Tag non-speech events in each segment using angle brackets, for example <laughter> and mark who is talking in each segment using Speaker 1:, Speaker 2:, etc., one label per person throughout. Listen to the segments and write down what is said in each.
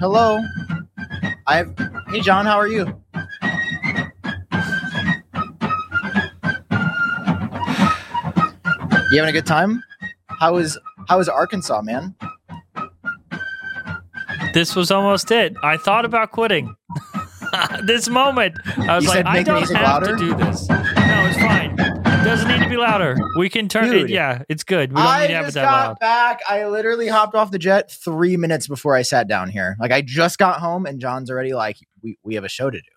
Speaker 1: Hello. I've. Hey, John. How are you? You having a good time? How is How is Arkansas, man?
Speaker 2: This was almost it. I thought about quitting. <laughs> this moment, I was
Speaker 1: You
Speaker 2: like,
Speaker 1: said
Speaker 2: I
Speaker 1: make
Speaker 2: don't have
Speaker 1: music louder?
Speaker 2: to do this. No, it's fine. It doesn't need to be louder. We can turn
Speaker 1: Dude.
Speaker 2: it. Yeah, it's good. We don't
Speaker 1: I
Speaker 2: need to have it
Speaker 1: just
Speaker 2: that
Speaker 1: got
Speaker 2: loud.
Speaker 1: back. I literally hopped off the jet three minutes before I sat down here. Like I just got home, and John's already like, "We we have a show to do."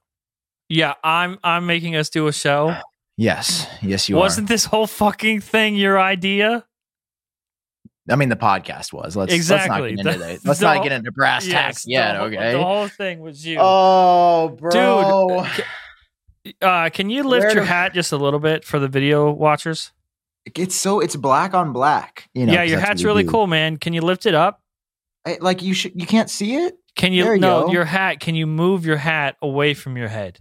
Speaker 2: Yeah, I'm I'm making us do a show.
Speaker 1: Yes, yes, <gasps> you
Speaker 2: Wasn't this whole fucking thing your idea?
Speaker 1: are. I mean, the podcast was. Let's Let's not
Speaker 2: Exactly.
Speaker 1: get into
Speaker 2: The-
Speaker 1: that. Let's
Speaker 2: the
Speaker 1: not
Speaker 2: whole-
Speaker 1: get into brass
Speaker 2: Yes,
Speaker 1: tacks
Speaker 2: the
Speaker 1: yet.
Speaker 2: whole-
Speaker 1: okay.
Speaker 2: The whole thing was you.
Speaker 1: Oh, bro.
Speaker 2: uh, can you lift
Speaker 1: Where
Speaker 2: your
Speaker 1: do-
Speaker 2: hat just a little bit for the video watchers?
Speaker 1: it's so it's black on black. You know.
Speaker 2: yeah,
Speaker 1: 'cause
Speaker 2: your
Speaker 1: that's
Speaker 2: hat's
Speaker 1: what we
Speaker 2: really
Speaker 1: do.
Speaker 2: cool, man. Can you lift it up?
Speaker 1: I- like you should. You can't see it.
Speaker 2: Can you,
Speaker 1: There you
Speaker 2: no
Speaker 1: go.
Speaker 2: your hat? Can you move your hat away from your head?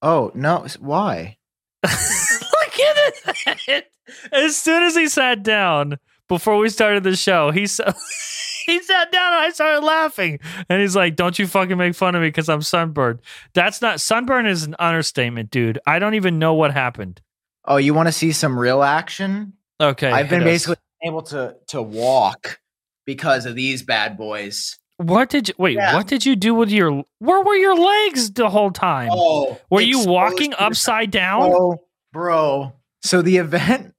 Speaker 1: Oh no! s- Why?
Speaker 2: Look at it! As soon as he sat down before we started the show, he sa- <laughs> he sat down and I started laughing. And he's like, "Don't you fucking make fun of me because I'm sunburned." That's not sunburn is an understatement, dude. I don't even know what happened.
Speaker 1: Oh, you want to see some real action?
Speaker 2: Okay,
Speaker 1: I've been
Speaker 2: hit us.
Speaker 1: basically able to to walk because of these bad boys.
Speaker 2: What did you wait?
Speaker 1: Yeah.
Speaker 2: What did you do with your? Where were your legs the whole time?
Speaker 1: Oh,
Speaker 2: were you
Speaker 1: exposed
Speaker 2: walking
Speaker 1: to the-
Speaker 2: upside down?
Speaker 1: Oh, bro. So the event.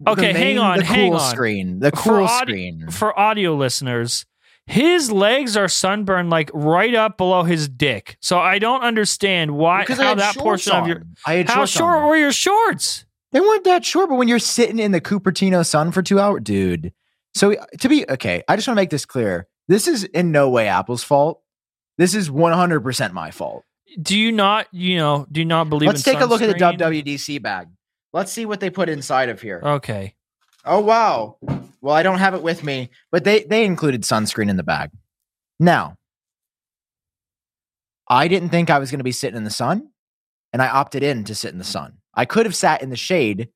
Speaker 1: the
Speaker 2: Okay, hang on,
Speaker 1: the
Speaker 2: hang
Speaker 1: cool
Speaker 2: on.
Speaker 1: Screen, the
Speaker 2: For
Speaker 1: cool
Speaker 2: audi-
Speaker 1: screen.
Speaker 2: For audio listeners, his legs are sunburned like right up below his dick. So I don't understand why
Speaker 1: Because I
Speaker 2: how
Speaker 1: had
Speaker 2: that
Speaker 1: shorts
Speaker 2: portion of your
Speaker 1: on. I had
Speaker 2: how
Speaker 1: shorts on.
Speaker 2: short were your shorts?
Speaker 1: They weren't that short, but when you're sitting in the Cupertino sun for two hours, dude. So to be okay, I just want to make this clear. This is in no way Apple's fault. This is 100% my fault.
Speaker 2: Do you not you know? Do you not believe?
Speaker 1: Let's
Speaker 2: in
Speaker 1: take a look at the
Speaker 2: sunscreen?
Speaker 1: WWDC bag. Let's see what they put inside of here.
Speaker 2: Okay,
Speaker 1: Oh wow. Well, I don't have it with me, but they they included sunscreen in the bag. Now, I didn't think I was going to be sitting in the sun, and I opted in to sit in the sun. I could have sat in the shade,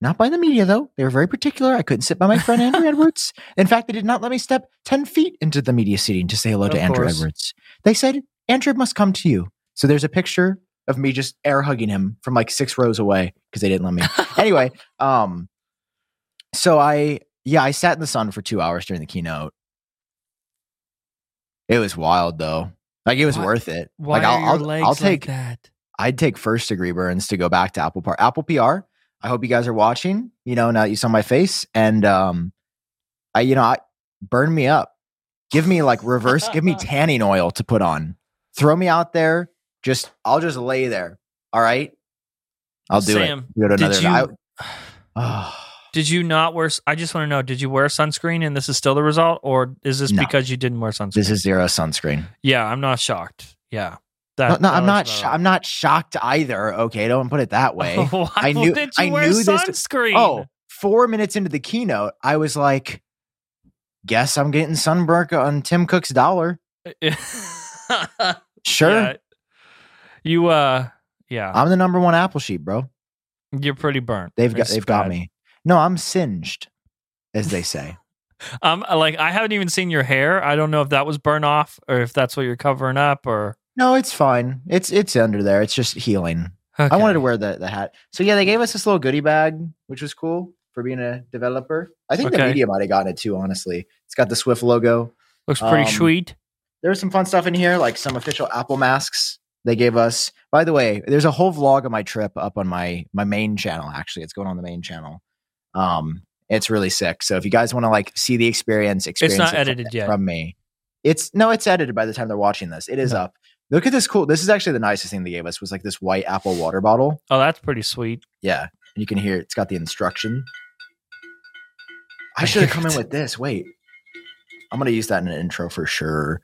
Speaker 1: not by the media though. They were very particular. I couldn't sit by my friend
Speaker 2: <laughs>
Speaker 1: Andrew Edwards. In fact, they did not let me step 10 feet into the media seating to say hello
Speaker 2: Of
Speaker 1: to Andrew
Speaker 2: course.
Speaker 1: Edwards. They said, "Andrew must come to you." So there's a picture of me just air hugging him from like 6 rows away because they didn't let me. anyway, um so I yeah, I sat in the sun for two hours during the keynote. It was wild though. Like it was
Speaker 2: Why-
Speaker 1: worth it.
Speaker 2: why
Speaker 1: like
Speaker 2: are
Speaker 1: I'll
Speaker 2: your
Speaker 1: I'll,
Speaker 2: legs
Speaker 1: I'll take
Speaker 2: like that?
Speaker 1: I'd take first degree burns to go back to Apple Par Apple PR. I hope you guys are watching. You know, now that you saw my face. And um I you know, I burn me up. Give me like reverse,
Speaker 2: <laughs>
Speaker 1: give me tanning oil to put on. Throw me out there. Just I'll just lay there. All right. I'll do
Speaker 2: Sam,
Speaker 1: it. Go to
Speaker 2: did
Speaker 1: another
Speaker 2: you-
Speaker 1: I, Ah.
Speaker 2: Did you not wear? s- I just want to know: Did you wear sunscreen, and this is still the result, or is this
Speaker 1: No.
Speaker 2: because you didn't wear sunscreen?
Speaker 1: <sighs> this is zero sunscreen.
Speaker 2: Yeah, I'm not shocked. Yeah, that.
Speaker 1: No, no,
Speaker 2: that
Speaker 1: I'm
Speaker 2: was
Speaker 1: not.
Speaker 2: about
Speaker 1: Sh-
Speaker 2: right.
Speaker 1: I'm not shocked either. Okay, don't put it that way.
Speaker 2: <laughs>
Speaker 1: <laughs>
Speaker 2: Oh, Why
Speaker 1: I knew-
Speaker 2: did you
Speaker 1: I
Speaker 2: wear
Speaker 1: knew this-
Speaker 2: sunscreen?
Speaker 1: Oh, four minutes into the keynote, I was like, "Guess I'm getting sunburnt on Tim Cook's dollar."
Speaker 2: Oh.
Speaker 1: <laughs>
Speaker 2: <laughs>
Speaker 1: Sure,
Speaker 2: Yeah. You uh yeah,
Speaker 1: I'm the number one Apple sheep, bro.
Speaker 2: you're pretty burnt.
Speaker 1: They've got
Speaker 2: It's
Speaker 1: they've got
Speaker 2: bad.
Speaker 1: me. No, I'm singed, as they
Speaker 2: <laughs>
Speaker 1: say.
Speaker 2: Um like I haven't even seen your hair. I don't know if that was burnt off or if that's what you're covering up or
Speaker 1: no, it's fine. It's it's under there. It's just healing. I wanted to
Speaker 2: Okay.
Speaker 1: wear the, the hat. So yeah, they gave us this little goodie bag, which was cool for being a developer. I think the
Speaker 2: Okay.
Speaker 1: media might have gotten it too. Honestly, it's got the Swift logo.
Speaker 2: looks pretty
Speaker 1: um,
Speaker 2: sweet.
Speaker 1: there's some fun stuff in here, like some official Apple masks they gave us. By the way, there's a whole vlog of my trip up on my my main channel. Actually, it's going on the main channel. Um, it's really sick. So if you guys want to like see the experience, experience
Speaker 2: not
Speaker 1: it from-
Speaker 2: edited yet.
Speaker 1: from me. It's no, it's edited by the time they're watching this. It is
Speaker 2: No.
Speaker 1: up. Look at this cool. This is actually the nicest thing they gave us was like this white Apple water bottle.
Speaker 2: Oh, that's pretty sweet.
Speaker 1: Yeah, and you can hear it's got the instruction. I
Speaker 2: I
Speaker 1: should have
Speaker 2: hear
Speaker 1: come in
Speaker 2: it.
Speaker 1: with this. Wait, I'm gonna use that in an intro for sure.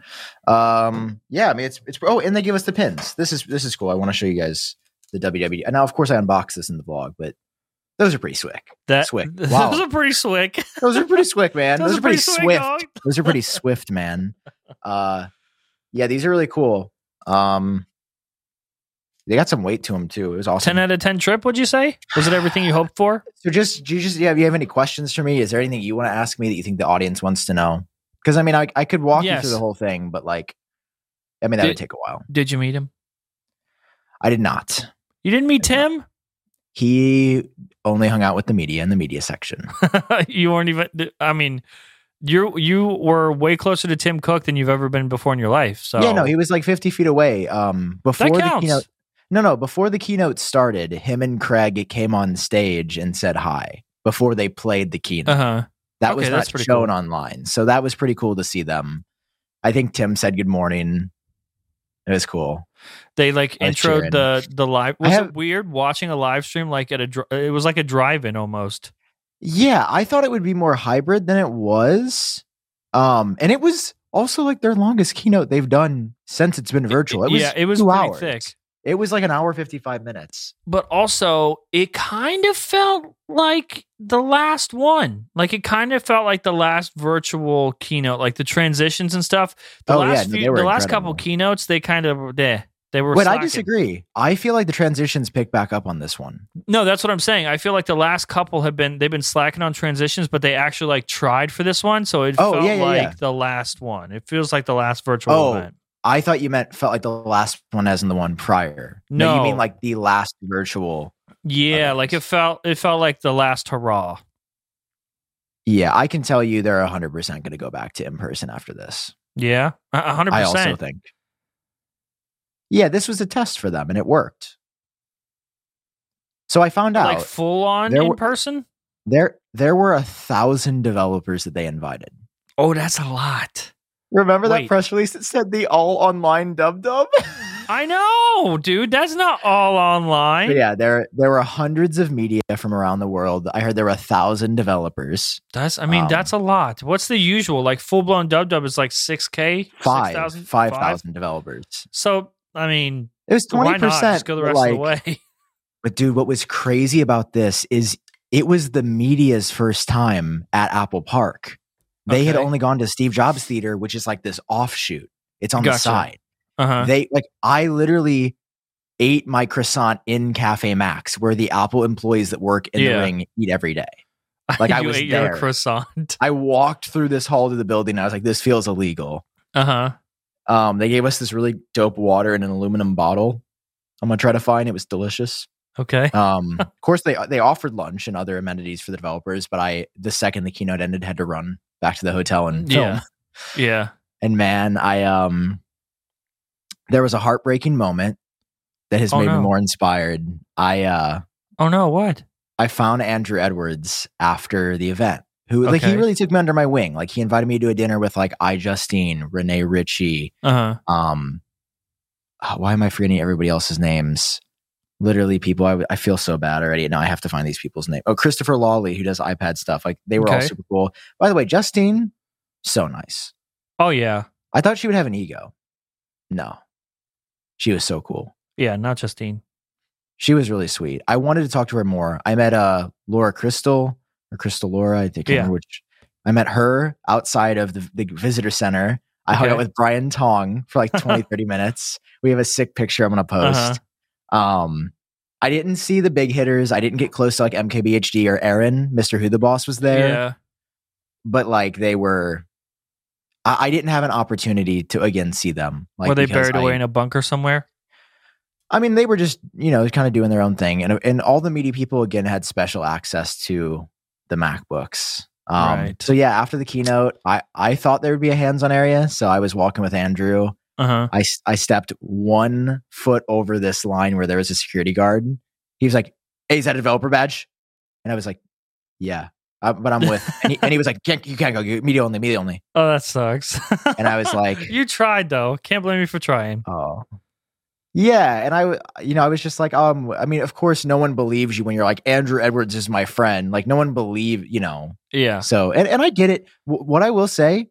Speaker 1: Um, yeah, I mean it's it's oh, and they give us the pins. This is this is cool. I want to show you guys the WWD. And now, of course, I unboxed this in the vlog, but those are pretty swick.
Speaker 2: <laughs> That
Speaker 1: Swick. Wow.
Speaker 2: Those are
Speaker 1: <laughs>
Speaker 2: pretty swick.
Speaker 1: Those are pretty swick, man. <laughs> those, are pretty, swift.
Speaker 2: dog.
Speaker 1: <laughs> Those are pretty swift, man. Uh, yeah, these are really cool. Um, they got some weight to them too. It was awesome.
Speaker 2: Ten out of ten trip, would you say? Was it everything you hoped for?
Speaker 1: So just do you just yeah, if you have any questions for me? Is there anything you want to ask me that you think the audience wants to know? Because I mean, I, I could walk you
Speaker 2: Yes.
Speaker 1: through the whole thing, but like, I mean, that
Speaker 2: Did-
Speaker 1: would take a while.
Speaker 2: Did you meet him?
Speaker 1: I did not.
Speaker 2: You
Speaker 1: <laughs>
Speaker 2: didn't meet Tim? <laughs>
Speaker 1: He only hung out with the media in the media section.
Speaker 2: you weren't even. I mean, you you were way closer to Tim Cook than you've ever been before in your life. So
Speaker 1: Yeah, no, he was like 50 feet away. Um, before
Speaker 2: that
Speaker 1: the
Speaker 2: counts.
Speaker 1: keynote, no, no, before the keynote started, him and Craig came on stage and said hi before they played the keynote.
Speaker 2: Uh huh.
Speaker 1: that
Speaker 2: okay,
Speaker 1: was not
Speaker 2: that's pretty
Speaker 1: shown
Speaker 2: cool.
Speaker 1: online, so that was pretty cool to see them. I think Tim said good morning. It was cool.
Speaker 2: They like
Speaker 1: I was
Speaker 2: introed the the live.
Speaker 1: I
Speaker 2: Was
Speaker 1: have-
Speaker 2: it weird watching a live stream like at a? dr- It was like a drive-in almost.
Speaker 1: Yeah, I thought it would be more hybrid than it was. Um, and it was also like their longest keynote they've done since it's been virtual. It was
Speaker 2: yeah, it was
Speaker 1: two
Speaker 2: pretty
Speaker 1: hours.
Speaker 2: thick.
Speaker 1: It was like an hour fifty five minutes.
Speaker 2: but also it kind of felt like the last one. Like it kind of felt like the last virtual keynote, like the transitions and stuff. The
Speaker 1: Oh, yeah,
Speaker 2: last
Speaker 1: no,
Speaker 2: few,
Speaker 1: they were
Speaker 2: the last
Speaker 1: incredible.
Speaker 2: couple keynotes, they kind of were there. They were.
Speaker 1: Wait, I
Speaker 2: slacking.
Speaker 1: disagree. I feel like the transitions pick back up on this one.
Speaker 2: No, that's what I'm saying. I feel like the last couple have been they've been slacking on transitions, but they actually like tried for this one, so it
Speaker 1: Oh,
Speaker 2: felt
Speaker 1: yeah, yeah,
Speaker 2: like
Speaker 1: yeah.
Speaker 2: the last one. It feels like the last virtual
Speaker 1: Oh,
Speaker 2: event.
Speaker 1: I thought you meant felt like the last one as in the one prior. you
Speaker 2: No.
Speaker 1: mean like the last virtual.
Speaker 2: Yeah,
Speaker 1: okay.
Speaker 2: like it felt it felt like the last hurrah.
Speaker 1: Yeah, I can tell you they're hundred percent going to go back to in person after this.
Speaker 2: Yeah, a hundred
Speaker 1: I also
Speaker 2: percent.
Speaker 1: think. Yeah, this was a test for them and it worked. So I found out
Speaker 2: Like full on
Speaker 1: There
Speaker 2: in
Speaker 1: were-
Speaker 2: person.
Speaker 1: there there were a thousand developers that they invited.
Speaker 2: Oh, that's a lot.
Speaker 1: Remember
Speaker 2: Wait.
Speaker 1: that press release that said the all online dub dub?
Speaker 2: <laughs> I know, dude. That's not all online.
Speaker 1: But yeah, there there were hundreds of media from around the world. I heard there were a thousand developers.
Speaker 2: That's. I mean,
Speaker 1: Um,
Speaker 2: that's a lot. What's the usual? Like full blown dub dub is like six k,
Speaker 1: Five, 5,000 developers.
Speaker 2: So I mean,
Speaker 1: It was
Speaker 2: why
Speaker 1: twenty
Speaker 2: not just
Speaker 1: percent.
Speaker 2: go the rest of the way? <laughs>
Speaker 1: But dude, what was crazy about this is it was the media's first time at Apple Park. They had
Speaker 2: Okay.
Speaker 1: only gone to Steve Jobs Theater, which is like this offshoot. It's on the
Speaker 2: Gotcha.
Speaker 1: side.
Speaker 2: Uh huh.
Speaker 1: They like I literally ate my croissant in Cafe Max, where the Apple employees that work in
Speaker 2: Yeah.
Speaker 1: the ring eat every day.
Speaker 2: <laughs>
Speaker 1: like, I
Speaker 2: you
Speaker 1: was
Speaker 2: ate your
Speaker 1: there.
Speaker 2: croissant. <laughs>
Speaker 1: I walked through this hall to the building. And I was like, this feels illegal.
Speaker 2: Uh huh.
Speaker 1: Um, they gave us this really dope water in an aluminum bottle. I'm gonna try to find it was delicious.
Speaker 2: Okay. <laughs>
Speaker 1: Um, of course, they they offered lunch and other amenities for the developers, but I the second the keynote ended, had to run back to the hotel and film.
Speaker 2: Yeah. Yeah.
Speaker 1: And man, I um, there was a heartbreaking moment that has
Speaker 2: Oh,
Speaker 1: made
Speaker 2: no.
Speaker 1: me more inspired. I uh,
Speaker 2: Oh no! What?
Speaker 1: I found Andrew Edwards after the event, who like he
Speaker 2: Okay.
Speaker 1: really took me under my wing. Like he invited me to a dinner with like I Justine, Renee Ritchie,
Speaker 2: Uh huh.
Speaker 1: um ah, why am i forgetting everybody else's names literally people I, I feel so bad already now i have to find these people's name oh christopher lawley who does ipad stuff like they were all
Speaker 2: Okay.
Speaker 1: super cool by the way justine so nice
Speaker 2: Oh yeah.
Speaker 1: i thought she would have an ego no she was so cool
Speaker 2: Yeah. Not Justine.
Speaker 1: she was really sweet i wanted to talk to her more i met uh laura crystal or crystal laura i think I
Speaker 2: Yeah.
Speaker 1: remember which i met her outside of the, the visitor center i hung
Speaker 2: Okay.
Speaker 1: out with brian tong for like 20
Speaker 2: <laughs>
Speaker 1: 30 minutes we have a sick picture i'm gonna post
Speaker 2: Uh-huh.
Speaker 1: um, I didn't see the big hitters. I didn't get close to like MKBHD or Aaron, Mr. Who the Boss was there,
Speaker 2: Yeah.
Speaker 1: but like they were. I, I didn't have an opportunity to again see them. Like,
Speaker 2: Were they
Speaker 1: because
Speaker 2: buried
Speaker 1: I,
Speaker 2: away in a bunker somewhere?
Speaker 1: I mean, they were just you know kind of doing their own thing, and and all the media people again had special access to the MacBooks. Um,
Speaker 2: Right.
Speaker 1: So yeah, after the keynote, I I thought there would be a hands-on area, so I was walking with Andrew.
Speaker 2: Uh huh.
Speaker 1: I, s- I stepped one foot over this line where there was a security guard. He was like, Hey, is that a developer badge? And I was like, Yeah, Uh, but I'm with. And he, and he was like, can't, You can't go. You- Media only, media only.
Speaker 2: Oh, that sucks. <laughs>
Speaker 1: And I was like,
Speaker 2: you tried though. Can't blame you for trying.
Speaker 1: Oh. Yeah. And I, w- you know, I was just like, um, I mean, of course, no one believes you when you're like, Andrew Edwards is my friend. Like, no one believe, you know,
Speaker 2: Yeah.
Speaker 1: So, and, and I get it. W- what I will say,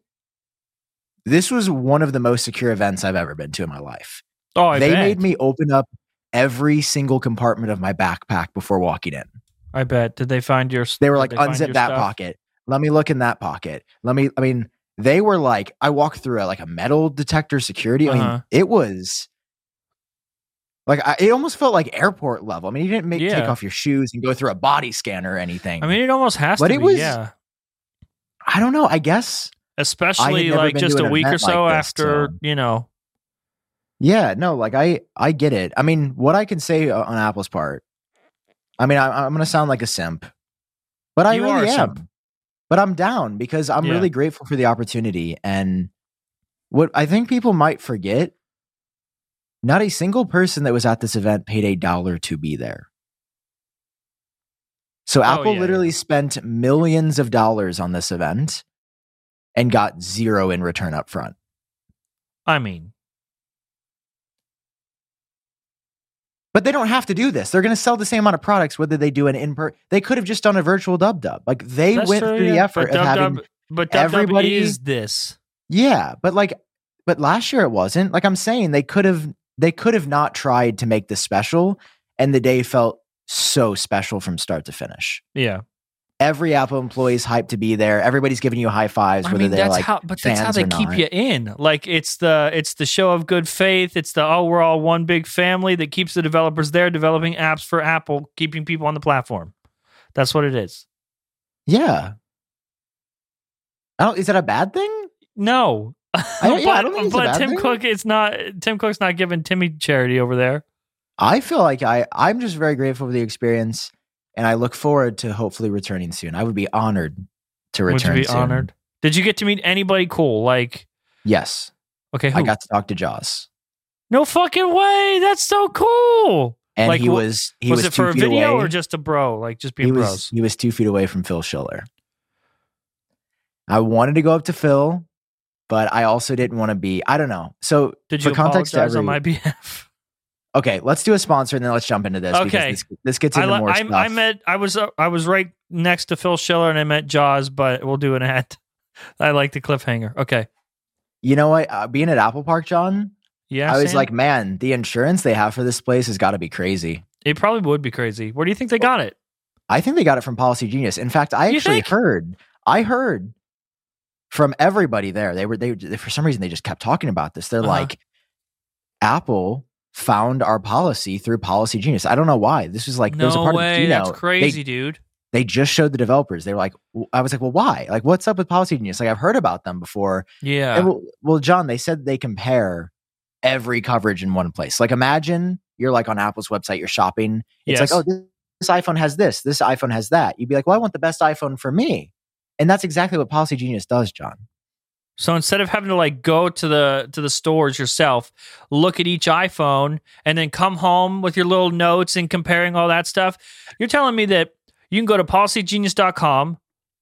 Speaker 1: this was one of the most secure events I've ever been to in my life.
Speaker 2: Oh, I
Speaker 1: they
Speaker 2: bet.
Speaker 1: made me open up every single compartment of my backpack before walking in.
Speaker 2: I bet. Did they find your?
Speaker 1: They were like,
Speaker 2: did they find
Speaker 1: unzip
Speaker 2: your
Speaker 1: that
Speaker 2: stuff?
Speaker 1: pocket. Let me look in that pocket. Let me, I mean, they were like, I walked through a, like a metal detector security. I
Speaker 2: Uh-huh.
Speaker 1: mean, it was like, I, it almost felt like airport level. I mean, you didn't make, take
Speaker 2: Yeah.
Speaker 1: off your shoes and go through a body scanner or anything.
Speaker 2: I mean, it almost has
Speaker 1: But
Speaker 2: to
Speaker 1: it
Speaker 2: be.
Speaker 1: was-
Speaker 2: yeah.
Speaker 1: I don't know. I guess
Speaker 2: especially
Speaker 1: never
Speaker 2: like
Speaker 1: been
Speaker 2: just
Speaker 1: to
Speaker 2: a
Speaker 1: an
Speaker 2: week or
Speaker 1: event like
Speaker 2: so
Speaker 1: this,
Speaker 2: after
Speaker 1: so-
Speaker 2: you know
Speaker 1: Yeah, no, like I I get it. I mean, what I can say o- on Apple's part, I mean, I, I'm going to sound like a simp, but I
Speaker 2: You are
Speaker 1: really
Speaker 2: a
Speaker 1: am.
Speaker 2: simp.
Speaker 1: But I'm down because I'm
Speaker 2: Yeah.
Speaker 1: really grateful for the opportunity. And what I think people might forget, not a single person that was at this event paid a dollar to be there. So Apple
Speaker 2: Oh, yeah,
Speaker 1: literally spent millions of dollars on this event and got zero in return up front.
Speaker 2: I mean
Speaker 1: But they don't have to do this. They're going to sell the same amount of products whether they do an in person. They could have just done a virtual dub dub. Like they
Speaker 2: that's
Speaker 1: went
Speaker 2: true,
Speaker 1: through the
Speaker 2: yeah.
Speaker 1: effort
Speaker 2: but
Speaker 1: of
Speaker 2: dub,
Speaker 1: having.
Speaker 2: dub, but dub,
Speaker 1: everybody-
Speaker 2: dub is this
Speaker 1: Yeah, but like, but last year it wasn't. Like I'm saying, they could have they could have not tried to make this special, and the day felt so special from start to finish.
Speaker 2: yeah
Speaker 1: Every Apple employee is hyped to be there. Everybody's giving you high fives,
Speaker 2: I
Speaker 1: whether
Speaker 2: mean
Speaker 1: they're
Speaker 2: that's
Speaker 1: like
Speaker 2: how but that's how
Speaker 1: fans
Speaker 2: they
Speaker 1: or
Speaker 2: keep
Speaker 1: not.
Speaker 2: you in like it's the it's the show of good faith it's the oh we're all one big family that keeps the developers there developing apps for Apple keeping people on the platform that's what it is
Speaker 1: Yeah. I don't, is that a bad thing?
Speaker 2: no
Speaker 1: I
Speaker 2: <laughs>
Speaker 1: don't- yeah, I don't think it's a
Speaker 2: but
Speaker 1: bad
Speaker 2: Tim
Speaker 1: thing.
Speaker 2: Cook it's not Tim Cook's not giving Timmy charity over there
Speaker 1: I feel like I I'm just very grateful for the experience, and I look forward to hopefully returning soon. I would be honored to
Speaker 2: would
Speaker 1: return.
Speaker 2: you be
Speaker 1: soon.
Speaker 2: honored did you get to meet anybody cool like
Speaker 1: Yes,
Speaker 2: okay who?
Speaker 1: I got to talk to Jaws,
Speaker 2: no fucking way that's so cool
Speaker 1: and
Speaker 2: Like,
Speaker 1: he
Speaker 2: wh-
Speaker 1: was he was,
Speaker 2: was, it
Speaker 1: two
Speaker 2: for a
Speaker 1: feet
Speaker 2: video
Speaker 1: away.
Speaker 2: or just a bro like just being
Speaker 1: he
Speaker 2: bros
Speaker 1: was he was two feet away from Phil Schiller. I wanted to go up to Phil, but I also didn't want to be. I don't know. So
Speaker 2: did
Speaker 1: for
Speaker 2: you
Speaker 1: context to
Speaker 2: apologize on
Speaker 1: every-
Speaker 2: my <laughs> behalf
Speaker 1: okay, let's do a sponsor and then let's jump into this.
Speaker 2: Okay.
Speaker 1: because this, this gets into
Speaker 2: li-
Speaker 1: more
Speaker 2: I,
Speaker 1: stuff.
Speaker 2: I met I was uh, I was right next to Phil Schiller and I met Jaws, but we'll do an ad. <laughs> I like the cliffhanger. Okay.
Speaker 1: you know what? Uh, being at Apple Park, John,
Speaker 2: Yeah.
Speaker 1: I was
Speaker 2: Sam?
Speaker 1: like, man, the insurance they have for this place has got to be crazy.
Speaker 2: it probably would be crazy. Where do you think they got it?
Speaker 1: I think they got it from Policy Genius. In fact, I
Speaker 2: You
Speaker 1: actually
Speaker 2: think?
Speaker 1: heard, I heard from everybody there. They were they, they- for some reason they just kept talking about this. They're
Speaker 2: Uh-huh.
Speaker 1: like, Apple found our policy through Policy Genius. I don't know why. This was like there was a
Speaker 2: no
Speaker 1: part
Speaker 2: way.
Speaker 1: of the
Speaker 2: That's
Speaker 1: keynote.
Speaker 2: crazy,
Speaker 1: They,
Speaker 2: dude.
Speaker 1: they just showed the developers. They were like, w- I was like, well, why? Like, what's up with Policy Genius? Like, I've heard about them before.
Speaker 2: Yeah.
Speaker 1: And well, well, John, they said they compare every coverage in one place. Like, imagine you're like on Apple's website, you're shopping, it's
Speaker 2: yes.
Speaker 1: like, oh, this, this iPhone has this, this iPhone has that. You'd be like, well, I want the best iPhone for me. And that's exactly what Policy Genius does, John.
Speaker 2: so instead of having to like go to the to the stores yourself, look at each iPhone and then come home with your little notes and comparing all that stuff, you're telling me that you can go to policygenius.com,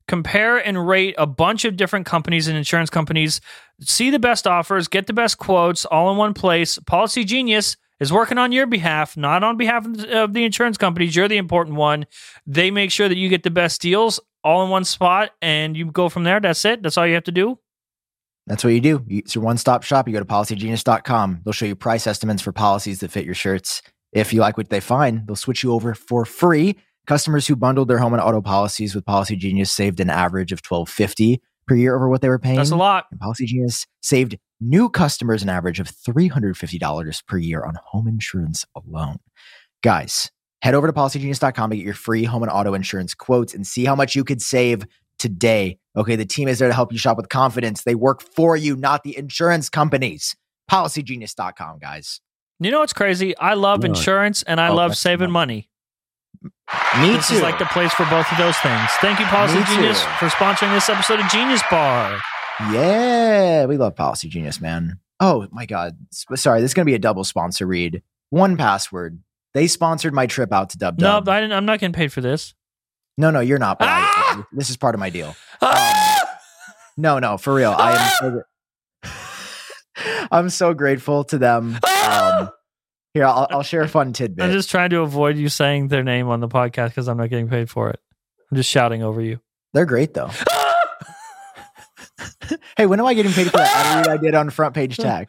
Speaker 2: compare and rate a bunch of different companies and insurance companies see the best offers, get the best quotes all in one place. Policy Genius is working on your behalf, not on behalf of the- of the insurance companies. You're the important one. They make sure that you get the best deals all in one spot and you go from there. That's it. That's all you have to do.
Speaker 1: That's what you do. You- It's your one stop shop. You go to policygenius.com. They'll show you price estimates for policies that fit your shirts. If you like what they find, they'll switch you over for free. Customers who bundled their home and auto policies with Policy Genius saved an average of twelve fifty per year over what they were paying.
Speaker 2: That's a lot.
Speaker 1: And Policy Genius saved new customers an average of $350 per year on home insurance alone. Guys, head over to policygenius.com to get your free home and auto insurance quotes and see how much you could save today. Okay, the team is there to help you shop with confidence. They work for you, not the insurance companies. Policygenius.com, guys.
Speaker 2: You know what's crazy? I love
Speaker 1: Really?
Speaker 2: insurance and I
Speaker 1: Oh,
Speaker 2: love
Speaker 1: that's
Speaker 2: saving
Speaker 1: nice.
Speaker 2: money.
Speaker 1: Me
Speaker 2: This
Speaker 1: too.
Speaker 2: is like the place for both of those things. Thank you, Policy
Speaker 1: Me too.
Speaker 2: Genius, for sponsoring this episode of Genius Bar.
Speaker 1: Yeah, we love Policy Genius, man. Oh my God. S- Sorry, this is going to be a double sponsor read. One password. They sponsored my trip out to Dub
Speaker 2: No,
Speaker 1: Dub.
Speaker 2: I didn't, I'm not getting paid for this.
Speaker 1: No, no, you're not. But I-
Speaker 2: Ah!
Speaker 1: this is part of my deal. No, no, for real. I am. So
Speaker 2: Ah!
Speaker 1: gra- I'm so grateful to them. Um, here, I'll, I'll
Speaker 2: <laughs>
Speaker 1: share a fun tidbit.
Speaker 2: I'm Ah! just trying to avoid you saying their name on the podcast because I'm not getting paid for it. I'm just shouting over you.
Speaker 1: They're great, though. Hey, when am I getting paid for that ad read I did on front
Speaker 2: <laughs>
Speaker 1: page tag?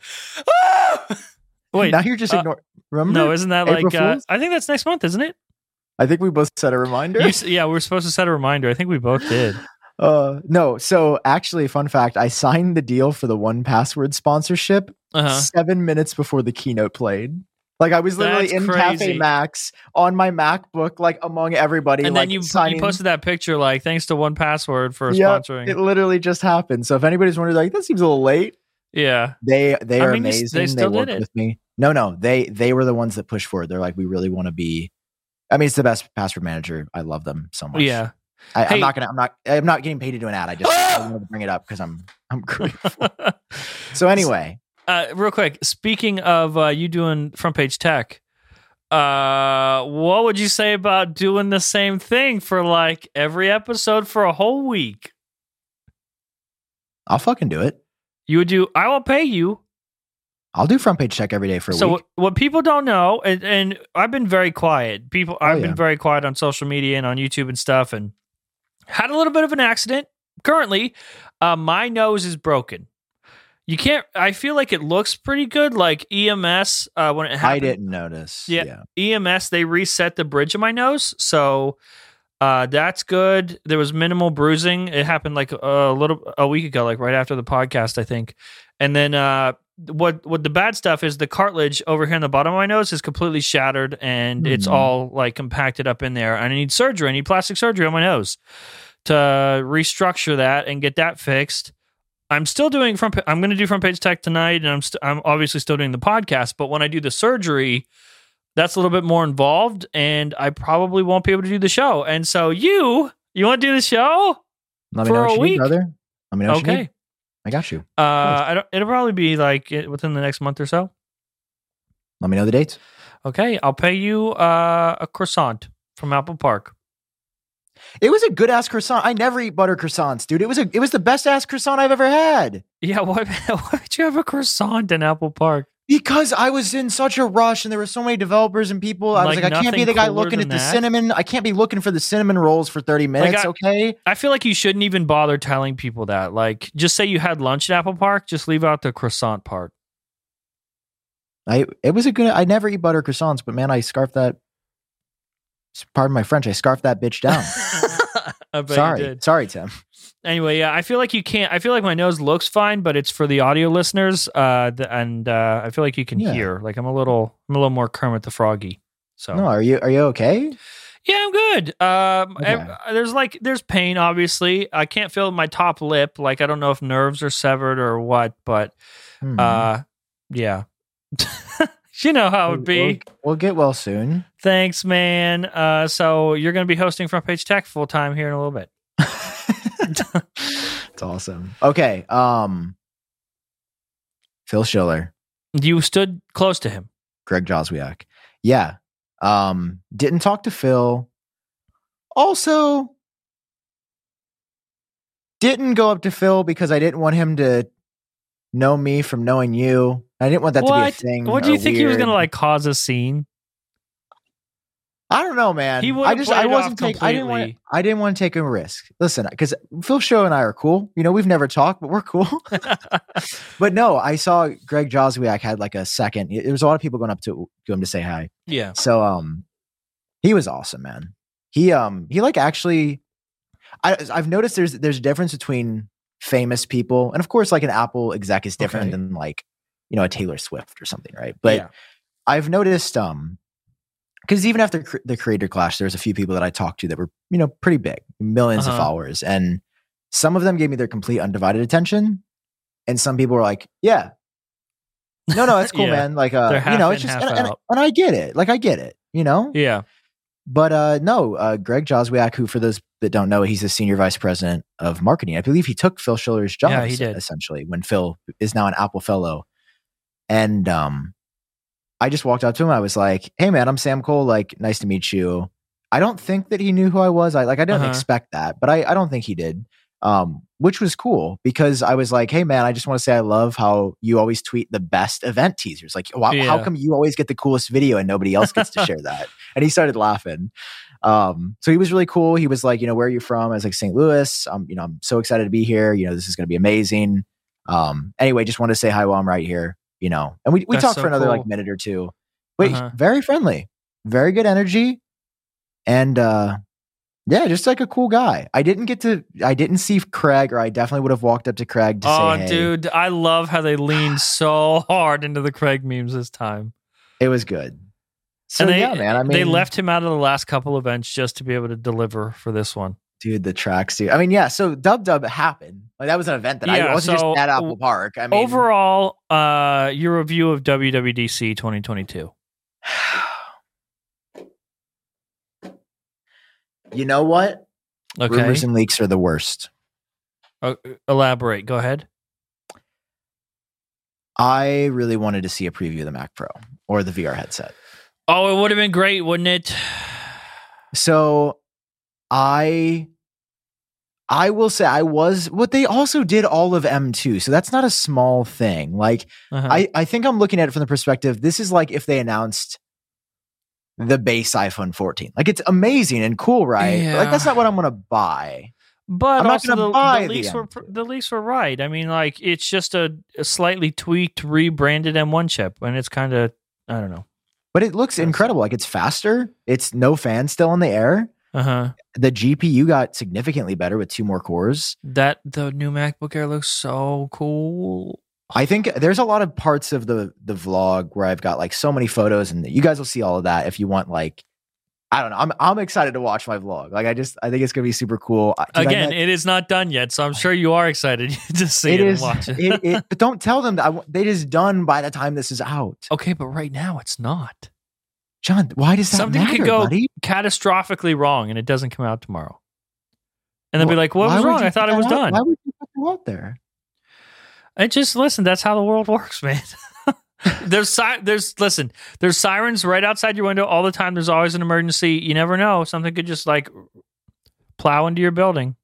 Speaker 2: Wait,
Speaker 1: now you're just
Speaker 2: uh,
Speaker 1: ignoring. Remember?
Speaker 2: no, isn't that
Speaker 1: Ah! April
Speaker 2: like? Uh,
Speaker 1: Fools?
Speaker 2: I think that's next month, isn't it?
Speaker 1: I think we both set a reminder.
Speaker 2: You, s- yeah, we were supposed to set a reminder. I think we both did.
Speaker 1: Uh, no, so actually, fun fact: I signed the deal for the one password sponsorship
Speaker 2: Uh-huh.
Speaker 1: seven minutes before the keynote played. Like I was literally
Speaker 2: That's
Speaker 1: in
Speaker 2: crazy.
Speaker 1: Cafe Max on my MacBook, like among everybody.
Speaker 2: and
Speaker 1: like,
Speaker 2: then you,
Speaker 1: signing.
Speaker 2: you posted that picture like thanks to one password for
Speaker 1: Yep,
Speaker 2: sponsoring.
Speaker 1: It literally just happened. So if anybody's wondering, like that seems a little late,
Speaker 2: yeah.
Speaker 1: they they
Speaker 2: I
Speaker 1: are
Speaker 2: mean, you s-
Speaker 1: amazing.
Speaker 2: they
Speaker 1: They,
Speaker 2: still did
Speaker 1: worked
Speaker 2: it.
Speaker 1: with me. No, no, they they were the ones that pushed forward. They're like, we really want to be. I mean, it's the best password manager. I love them so much.
Speaker 2: Yeah. <laughs>
Speaker 1: I,
Speaker 2: Hey. Ah!
Speaker 1: I'm not gonna. I'm not. I'm not getting paid to do an ad. I just I wanted to bring it up because I'm. I'm great. <laughs> So anyway,
Speaker 2: uh, real quick, speaking of uh, you doing front page tech, uh, what would you say about doing the same thing for like every episode for a whole week?
Speaker 1: I'll fucking do it.
Speaker 2: You would do. I will pay you.
Speaker 1: I'll do front page check every day for a
Speaker 2: so
Speaker 1: week.
Speaker 2: what, what people don't know, and, and I've been very quiet. People,
Speaker 1: Oh,
Speaker 2: I've
Speaker 1: yeah.
Speaker 2: been very quiet on social media and on YouTube and stuff, and had a little bit of an accident. Currently, uh, my nose is broken. You can't. I feel like it looks pretty good, like EMS uh, when it
Speaker 1: I
Speaker 2: happened.
Speaker 1: didn't notice.
Speaker 2: Yeah. EMS, E they reset the bridge of my nose. So uh, that's good. There was minimal bruising. It happened like a little a week ago, like right after the podcast, I think. And then uh, what what the bad stuff is the cartilage over here in the bottom of my nose is completely shattered and it's
Speaker 1: Mhm.
Speaker 2: all like compacted up in there. And I need surgery. I need plastic surgery on my nose to restructure that and get that fixed. I'm still doing front. pa- I'm going to do front page tech tonight, and I'm st- I'm obviously still doing the podcast. But when I do the surgery, that's a little bit more involved, and I probably won't be able to do the show. And so you you want to do the show?
Speaker 1: Let me
Speaker 2: For
Speaker 1: know
Speaker 2: a
Speaker 1: what you
Speaker 2: week.
Speaker 1: need, brother. Let me know. What you
Speaker 2: okay.
Speaker 1: need. I got you.
Speaker 2: Uh, I don't, it'll probably be like i- within the next month or so.
Speaker 1: Let me know the dates.
Speaker 2: Okay, I'll pay you uh, a croissant from Apple Park.
Speaker 1: It was a good ass croissant. I never eat butter croissants, dude. It was a it was the best ass croissant I've ever had.
Speaker 2: Yeah, <laughs> why, why would you have a croissant in Apple Park?
Speaker 1: Because I was in such a rush and there were so many developers and people. I was
Speaker 2: Like,
Speaker 1: like, I can't be
Speaker 2: nothing
Speaker 1: the guy
Speaker 2: cooler
Speaker 1: looking
Speaker 2: than
Speaker 1: at the
Speaker 2: that?
Speaker 1: cinnamon. I can't be looking for the cinnamon rolls for 30 minutes,
Speaker 2: I-
Speaker 1: okay?
Speaker 2: I feel like you shouldn't even bother telling people that. Like, just say you had lunch at Apple Park. Just leave out the croissant part.
Speaker 1: I it was a good I never eat butter croissants, but man, I scarfed that pardon my French, I scarfed that bitch <laughs> down.
Speaker 2: Oh. <laughs> I bet you
Speaker 1: Sorry.
Speaker 2: did.
Speaker 1: Sorry, Tim.
Speaker 2: Anyway, yeah, I feel like you can't. I feel like my nose looks fine, but it's for the audio listeners. Uh, th- and uh, I feel like you can
Speaker 1: Yeah.
Speaker 2: hear. Like, I'm a little, I'm a little more Kermit the Froggy. So
Speaker 1: No, are you are you okay?
Speaker 2: Yeah, I'm good. Um,
Speaker 1: Okay.
Speaker 2: ev- there's like there's pain. Obviously, I can't feel my top lip. Like I don't know if nerves are severed or what, but
Speaker 1: Hmm.
Speaker 2: uh, yeah, <laughs> you know how it would be.
Speaker 1: We'll- We'll, we'll get well soon.
Speaker 2: Thanks, man. Uh, so you're going to be hosting Front Page Tech full time here in a little bit.
Speaker 1: it's awesome. Okay. Um Phil Schiller.
Speaker 2: You stood close to him.
Speaker 1: Greg Joswiak. Yeah. Um, didn't talk to Phil. Also, didn't go up to Phil because I didn't want him to know me from knowing you. I didn't want that to be a
Speaker 2: what?
Speaker 1: thing.
Speaker 2: What do you
Speaker 1: or
Speaker 2: think he was
Speaker 1: weird.
Speaker 2: going to like cause a scene?
Speaker 1: I don't know, man.
Speaker 2: He would've
Speaker 1: I just I
Speaker 2: played
Speaker 1: wasn't
Speaker 2: off
Speaker 1: take, I didn't want
Speaker 2: completely.
Speaker 1: I didn't want to take a risk. Listen, because Phil Show and I are cool. You know, we've never talked, but we're cool. but no, I saw Greg Joswiak had like a second. There was a lot of people going up to, to him to say hi.
Speaker 2: yeah.
Speaker 1: So um he was awesome, man. He um he like actually I I've noticed there's there's a difference between famous people and of course like an Apple exec is different
Speaker 2: Okay.
Speaker 1: than like you know a Taylor Swift or something, right? But
Speaker 2: yeah.
Speaker 1: I've noticed um cuz even after cr- the creator clash there was a few people that I talked to that were, you know, pretty big, 1000000s of
Speaker 2: Uh-huh.
Speaker 1: followers and some of them gave me their complete undivided attention and some people were like, yeah. No, no, that's cool,
Speaker 2: Yeah.
Speaker 1: man. Like uh
Speaker 2: They're
Speaker 1: you
Speaker 2: half
Speaker 1: know, it's
Speaker 2: in,
Speaker 1: just
Speaker 2: half
Speaker 1: and, and,
Speaker 2: out.
Speaker 1: and I get it. Like I get it, you know?
Speaker 2: yeah.
Speaker 1: But uh, no, uh, Greg Joswiak, who for those that don't know, he's the senior vice president of marketing. I believe he took Phil Schiller's job.
Speaker 2: Yeah, he
Speaker 1: es-
Speaker 2: did.
Speaker 1: essentially when Phil is now an Apple fellow. And um, I just walked up to him. I was like, "Hey, man, I'm Sam Cole. Like, nice to meet you." I don't think that he knew who I was. I like I didn't
Speaker 2: Uh-huh.
Speaker 1: expect that, but I I don't think he did. Um, which was cool because I was like, "Hey, man, I just want to say I love how you always tweet the best event teasers. Like, wh- how
Speaker 2: Yeah.
Speaker 1: come you always get the coolest video and nobody else gets to share that?" and he started laughing. Um, so he was really cool. He was like, you know, where are you from? I was like, St. Louis. I'm, you know, I'm so excited to be here. You know, this is going to be amazing. Um, anyway, just wanted to say hi while I'm right here. You know, and we we
Speaker 2: That's
Speaker 1: talked
Speaker 2: so
Speaker 1: for another like
Speaker 2: cool.
Speaker 1: minute or two, but
Speaker 2: Uh-huh.
Speaker 1: very friendly, very good energy, and uh, yeah, just like a cool guy. I didn't get to, I didn't see Craig, or I definitely would have walked up to Craig to
Speaker 2: Oh,
Speaker 1: say, hey. <sighs>
Speaker 2: dude, I love how they leaned so hard into the Craig memes this time.
Speaker 1: It was good.
Speaker 2: So
Speaker 1: So
Speaker 2: they,
Speaker 1: yeah, man. I
Speaker 2: they
Speaker 1: mean,
Speaker 2: left him out of the last couple events just to be able to deliver for this one.
Speaker 1: dude the tracks, dude. I mean, yeah. So Dub Dub happened. Like, that was an event that
Speaker 2: Yeah,
Speaker 1: I wasn't
Speaker 2: so
Speaker 1: just at Apple Park. I mean,
Speaker 2: Overall, uh, your review of WWDC 2022.
Speaker 1: you know what?
Speaker 2: Okay,
Speaker 1: Rumors and leaks are the worst.
Speaker 2: Uh, elaborate. Go ahead.
Speaker 1: I really wanted to see a preview of the Mac Pro or the VR headset.
Speaker 2: Oh, it would have been great, wouldn't it?
Speaker 1: So I I will say I was what they also did all of M2. So that's not a small thing. Like
Speaker 2: <sighs> Uh-huh.
Speaker 1: I, I think I'm looking at it from the perspective this is like if they announced the base iPhone 14. Like it's amazing and cool, right? But, Like that's
Speaker 2: Yeah.
Speaker 1: not what I'm gonna buy.
Speaker 2: But
Speaker 1: I'm not
Speaker 2: also
Speaker 1: gonna
Speaker 2: the,
Speaker 1: buy
Speaker 2: the
Speaker 1: the
Speaker 2: leaks were
Speaker 1: M2.
Speaker 2: the leaks were right. I mean, like it's just a, a slightly tweaked, rebranded M1 chip, and it's kind of I don't know.
Speaker 1: But it looks
Speaker 2: That's-
Speaker 1: incredible. Like it's faster. It's no fan still in the air.
Speaker 2: Uh huh.
Speaker 1: The GPU got significantly better with two more cores.
Speaker 2: That the new MacBook Air looks so cool.
Speaker 1: I think there's a lot of parts of the the vlog where I've got like so many photos, and you guys will see all of that if you want. Like, I don't know. I'm I'm excited to watch my vlog. Like, I just I think it's gonna be super cool. I- dude, I
Speaker 2: Again,
Speaker 1: met-
Speaker 2: it is not done yet, so I'm sure you are excited <laughs> to see it,
Speaker 1: it is.
Speaker 2: and watch it.
Speaker 1: it, it, but don't tell them that I, wa- that it is done by the time this is out.
Speaker 2: okay, but right now it's not
Speaker 1: John, why does that
Speaker 2: Something
Speaker 1: matter,
Speaker 2: could go-
Speaker 1: buddy?
Speaker 2: catastrophically wrong, and it doesn't come out tomorrow. And they'll be
Speaker 1: Wh-
Speaker 2: like, "What
Speaker 1: why
Speaker 2: was
Speaker 1: would
Speaker 2: wrong?
Speaker 1: you
Speaker 2: I thought
Speaker 1: put
Speaker 2: it was
Speaker 1: that out-
Speaker 2: done."
Speaker 1: Why would you put that out there?
Speaker 2: I just listen. That's how the world works, <laughs> man. there's si- there's listen. There's sirens right outside your window all the time. There's always an emergency. You never know. Something could just like plow into your building.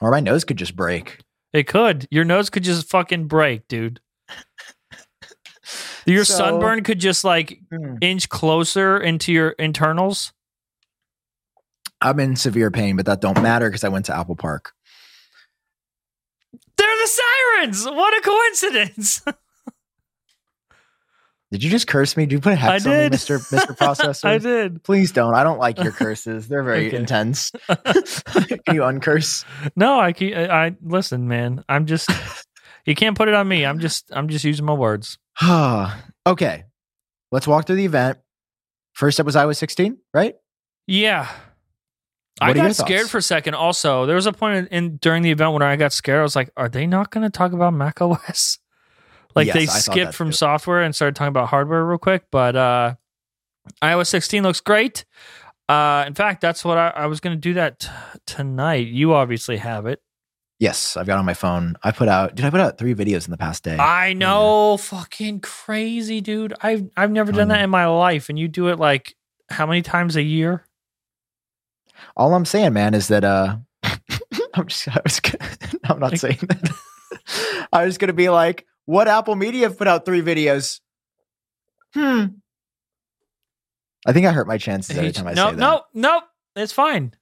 Speaker 1: Or my nose could just break.
Speaker 2: It could. Your nose could just fucking break, dude. Your
Speaker 1: So- Hmm.
Speaker 2: sunburn could just like inch closer into your internals.
Speaker 1: I'm in severe pain, but that don't matter because I went to Apple Park.
Speaker 2: They're the sirens. What a coincidence. <laughs>
Speaker 1: Did you just curse me? Did you put a
Speaker 2: I
Speaker 1: hex on me,
Speaker 2: did. <laughs>
Speaker 1: Mister Mister Processor?
Speaker 2: I did.
Speaker 1: Please don't. I don't like your curses. They're very
Speaker 2: Okay. <laughs>
Speaker 1: intense. Can you uncurse? <sighs>
Speaker 2: No, I keep. I, I listen, man. I'm just. You can't put it on me. I'm just. I'm just using my words.
Speaker 1: okay. Let's walk through the event. First up was iOS 16, right?
Speaker 2: Yeah. I
Speaker 1: What are your
Speaker 2: got scared
Speaker 1: thoughts?
Speaker 2: for a second. Also, there was a point in, during the event when I got scared. I was like, "Are they not going to talk about Mac OS?" <laughs> Like
Speaker 1: Yes, I
Speaker 2: they
Speaker 1: thought that
Speaker 2: skipped from
Speaker 1: too.
Speaker 2: software and started talking about hardware real quick. But uh, iOS 16 looks great. Uh, in fact, that's what I, I was going to do that t- tonight. You obviously have it.
Speaker 1: Yes, I've got it on my phone. I put out, did I put out three videos in the past day?
Speaker 2: I know, fucking crazy, dude. I've I've never done
Speaker 1: I
Speaker 2: that in my life, and you do it like how many times a year?
Speaker 1: All I'm saying, man, is that
Speaker 2: <laughs>
Speaker 1: uh, I'm just, I was, gonna- <laughs> I'm not
Speaker 2: Like-
Speaker 1: saying
Speaker 2: <laughs>
Speaker 1: that. I was going to be like, what Apple Media put out three videos? Hmm. I think I hurt my chances every
Speaker 2: He-
Speaker 1: time I
Speaker 2: no,
Speaker 1: say that.
Speaker 2: no, no. It's fine.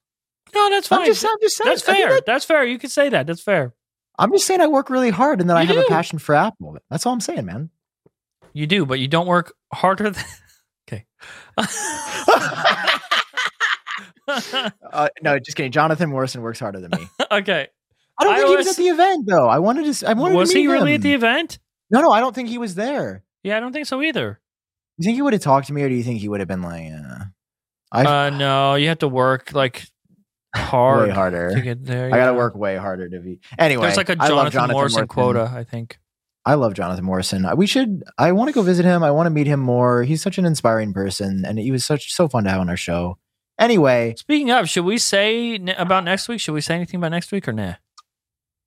Speaker 2: No, that's fine.
Speaker 1: I'm just, I'm just saying.
Speaker 2: that's
Speaker 1: I think
Speaker 2: fair.
Speaker 1: that-
Speaker 2: that's fair. You can say that. That's fair.
Speaker 1: I'm just saying I work really hard and that I
Speaker 2: You
Speaker 1: have
Speaker 2: do.
Speaker 1: a passion for Apple. That's all I'm saying,
Speaker 2: <laughs>
Speaker 1: man.
Speaker 2: You do, but you don't work harder than. <laughs> Okay.
Speaker 1: Uh, no, just kidding. Jonathan Morrison works harder than me.
Speaker 2: okay.
Speaker 1: I don't think he was
Speaker 2: iOS
Speaker 1: at the event though. I wanted to. s- I wanted
Speaker 2: Was
Speaker 1: to meet
Speaker 2: he really
Speaker 1: him.
Speaker 2: at the event?
Speaker 1: No, no, I don't think he was there.
Speaker 2: Yeah, I don't think so either.
Speaker 1: You think he would have talked to me, or do you think he would have been like, uh, I
Speaker 2: Uh, no, you have to work like hard
Speaker 1: way harder.
Speaker 2: to get there.
Speaker 1: I got to
Speaker 2: yeah.
Speaker 1: work way harder to be. Anyway,
Speaker 2: There's like a
Speaker 1: I
Speaker 2: Jonathan,
Speaker 1: love Jonathan
Speaker 2: Morrison, quota, I think.
Speaker 1: I love Jonathan Morrison. We should. I want to go visit him. I want to meet him more. He's such an inspiring person, and he was such so fun to have on our show. Anyway,
Speaker 2: Speaking of, should we say ne- about next week? Should we say anything about next week or nah?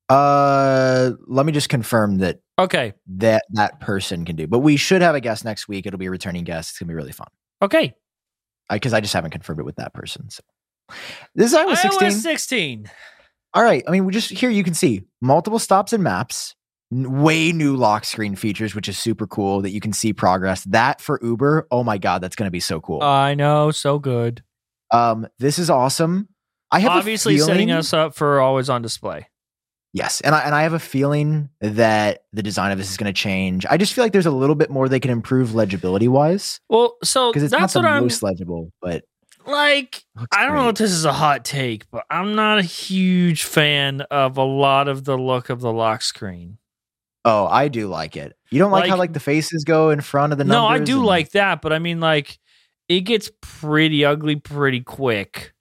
Speaker 1: uh, let me just confirm that
Speaker 2: Okay.
Speaker 1: that that person can do. But we should have a guest next week. It'll be a returning guest. It's gonna be really fun.
Speaker 2: Okay.
Speaker 1: because I, just haven't confirmed it with that person. So this is iOS
Speaker 2: iOS
Speaker 1: 16.
Speaker 2: 16.
Speaker 1: All right. I mean, we just here you can see multiple stops and maps, n- way new lock screen features, which is super cool that you can see progress. That for Uber, oh my god, that's gonna be so cool.
Speaker 2: I know. So good.
Speaker 1: um, this is awesome. I have
Speaker 2: obviously
Speaker 1: a feeling,
Speaker 2: setting us up for always on display.
Speaker 1: Yes, and I and I have a feeling that the design of this is going to change. I just feel like there's a little bit more they can improve legibility wise
Speaker 2: Well, so
Speaker 1: because it's
Speaker 2: that's
Speaker 1: not
Speaker 2: what
Speaker 1: the
Speaker 2: I'm
Speaker 1: most legible, but
Speaker 2: like. I don't know if this is a hot take, but I'm not a huge fan of a lot of the look of the lock screen.
Speaker 1: Oh, I do like it. You don't like, how
Speaker 2: Like-
Speaker 1: like the faces go in front of the numbers.
Speaker 2: no, I do
Speaker 1: and-
Speaker 2: like that, but I mean, like, it gets pretty ugly pretty quick,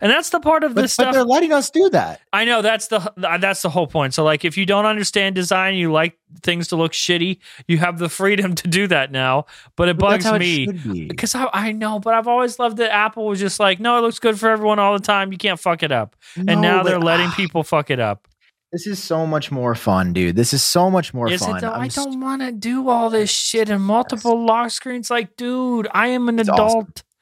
Speaker 2: and that's the part of
Speaker 1: but,
Speaker 2: this
Speaker 1: but
Speaker 2: stuff.
Speaker 1: they're letting us do that.
Speaker 2: I know that's the uh, that's the whole point. So like if you don't understand design, you like things to look shitty, you have the freedom to do that now. But it
Speaker 1: But that's
Speaker 2: bugs
Speaker 1: how it
Speaker 2: me
Speaker 1: should be.
Speaker 2: because I, I know, but I've always loved that Apple was just like, no, it looks good for everyone all the time. You can't fuck it up, and
Speaker 1: No,
Speaker 2: now
Speaker 1: but-
Speaker 2: they're letting
Speaker 1: ah,
Speaker 2: people fuck it up.
Speaker 1: This is so much more fun, dude. This is so much more
Speaker 2: Is
Speaker 1: fun.
Speaker 2: it though?
Speaker 1: I'm
Speaker 2: I
Speaker 1: just-
Speaker 2: don't want to do all this shit and multiple lock screens. Like, dude, I am an
Speaker 1: It's
Speaker 2: adult. <laughs>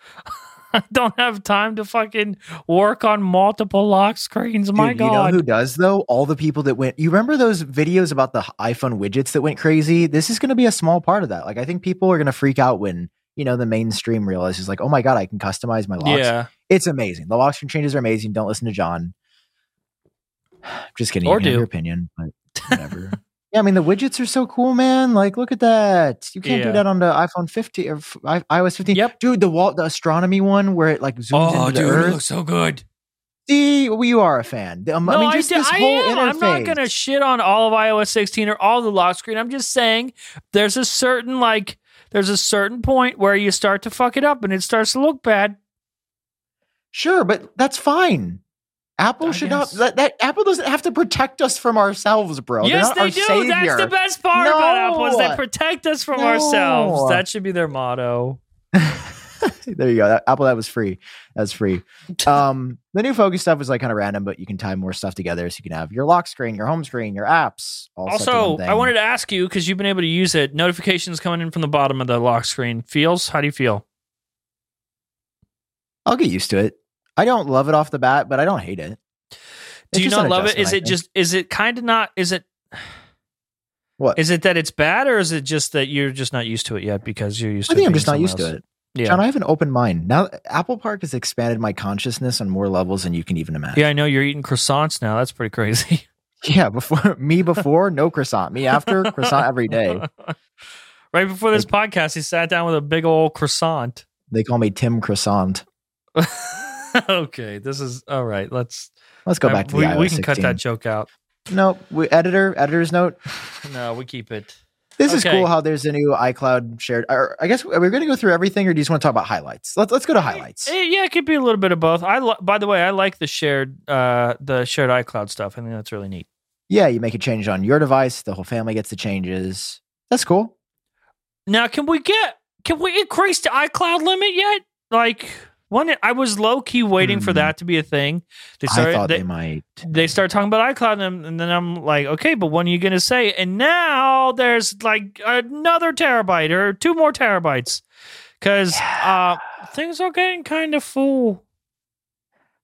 Speaker 2: I don't have time to fucking work on multiple lock screens. My
Speaker 1: Dude,
Speaker 2: God.
Speaker 1: you know who does though? All the people that went. You remember those videos about the iPhone widgets that went crazy? This is going to be a small part of that. Like, I think people are going to freak out when you know the mainstream realizes, like, oh my god, I can customize my locks.
Speaker 2: yeah.
Speaker 1: It's amazing. The lock screen changes are amazing. Don't listen to John. <sighs> Just kidding.
Speaker 2: Or
Speaker 1: you can have
Speaker 2: do.
Speaker 1: your opinion, but whatever. <laughs> yeah, I mean the widgets are so cool, man. Like, look at that. You can't
Speaker 2: Yeah.
Speaker 1: do that on the iPhone 50 or f- I- iOS 15.
Speaker 2: Yep.
Speaker 1: dude. The wall, the astronomy one where it like zooms
Speaker 2: Oh,
Speaker 1: into
Speaker 2: dude,
Speaker 1: the
Speaker 2: it
Speaker 1: Earth.
Speaker 2: looks so good.
Speaker 1: See, well, you are a fan. The- um, I mean, just
Speaker 2: d-
Speaker 1: this whole
Speaker 2: am.
Speaker 1: interface.
Speaker 2: I'm not going to shit on all of iOS 16 or all the lock screen. I'm just saying there's a certain like there's a certain point where you start to fuck it up and it starts to look bad.
Speaker 1: sure, but that's fine. Apple
Speaker 2: I
Speaker 1: should
Speaker 2: guess.
Speaker 1: not. That, that Apple doesn't have to protect us from ourselves, bro. They're
Speaker 2: yes,
Speaker 1: not
Speaker 2: they
Speaker 1: our
Speaker 2: do.
Speaker 1: Savior.
Speaker 2: That's the best part about Apple is they
Speaker 1: No.
Speaker 2: protect us from
Speaker 1: No.
Speaker 2: ourselves. That should be their motto.
Speaker 1: <laughs> there you go. That, Apple, that was free. That's
Speaker 2: <laughs>
Speaker 1: free. Um, the new focus stuff was like kind of random, but you can tie more stuff together, so you can have your lock screen, your home screen, your apps. All stuff in
Speaker 2: also,
Speaker 1: one thing.
Speaker 2: I wanted to ask you because you've been able to use it. Notifications coming in from the bottom of the lock screen. Feels? How do you feel?
Speaker 1: I'll get used to it. I don't love it off the bat, but I don't hate it. It's
Speaker 2: Do you
Speaker 1: just
Speaker 2: not
Speaker 1: an
Speaker 2: love it?
Speaker 1: adjustment,
Speaker 2: Is
Speaker 1: I
Speaker 2: it
Speaker 1: think.
Speaker 2: just? Is it kind of not? Is it
Speaker 1: what?
Speaker 2: Is it that it's bad, or is it just that you're just not used to it yet because you're used
Speaker 1: I
Speaker 2: to?
Speaker 1: think I'm just not used to it.
Speaker 2: Yeah,
Speaker 1: John, I have an open mind. Now Apple Park has expanded my consciousness on more levels than you can even imagine.
Speaker 2: yeah, I know you're eating croissants now. That's pretty crazy.
Speaker 1: <laughs> Yeah, before me before, no croissant. Me after, croissant
Speaker 2: <laughs>
Speaker 1: every day.
Speaker 2: right before this podcast, he sat down with a big old croissant. <laughs>
Speaker 1: They call me Tim Croissant.
Speaker 2: okay, this is all right. Let's
Speaker 1: Let's go back to the
Speaker 2: we,
Speaker 1: iOS
Speaker 2: we can cut
Speaker 1: 16.
Speaker 2: that joke out.
Speaker 1: No, we, editor, editor's note.
Speaker 2: No, we keep it.
Speaker 1: This is
Speaker 2: Okay.
Speaker 1: cool how there's a new iCloud shared. Or I guess are we going to go through everything, or do you just want to talk about highlights? Let's let's go to highlights.
Speaker 2: Eh, yeah, it could be a little bit of both. I li- by the way, I like the shared uh the shared iCloud stuff. I think that's really neat.
Speaker 1: Yeah, you make a change on your device. The whole family gets the changes. That's cool.
Speaker 2: Now, can we get can we increase the iCloud limit yet? Like one, I was low key waiting for
Speaker 1: Hmm.
Speaker 2: that to be a thing. They
Speaker 1: I
Speaker 2: started
Speaker 1: thought
Speaker 2: they,
Speaker 1: they might.
Speaker 2: they start talking about iCloud, and, I'm- and then I'm like, okay, but when are you gonna say? And now there's like another terabyte or two more terabytes because uh, things are getting kind of full.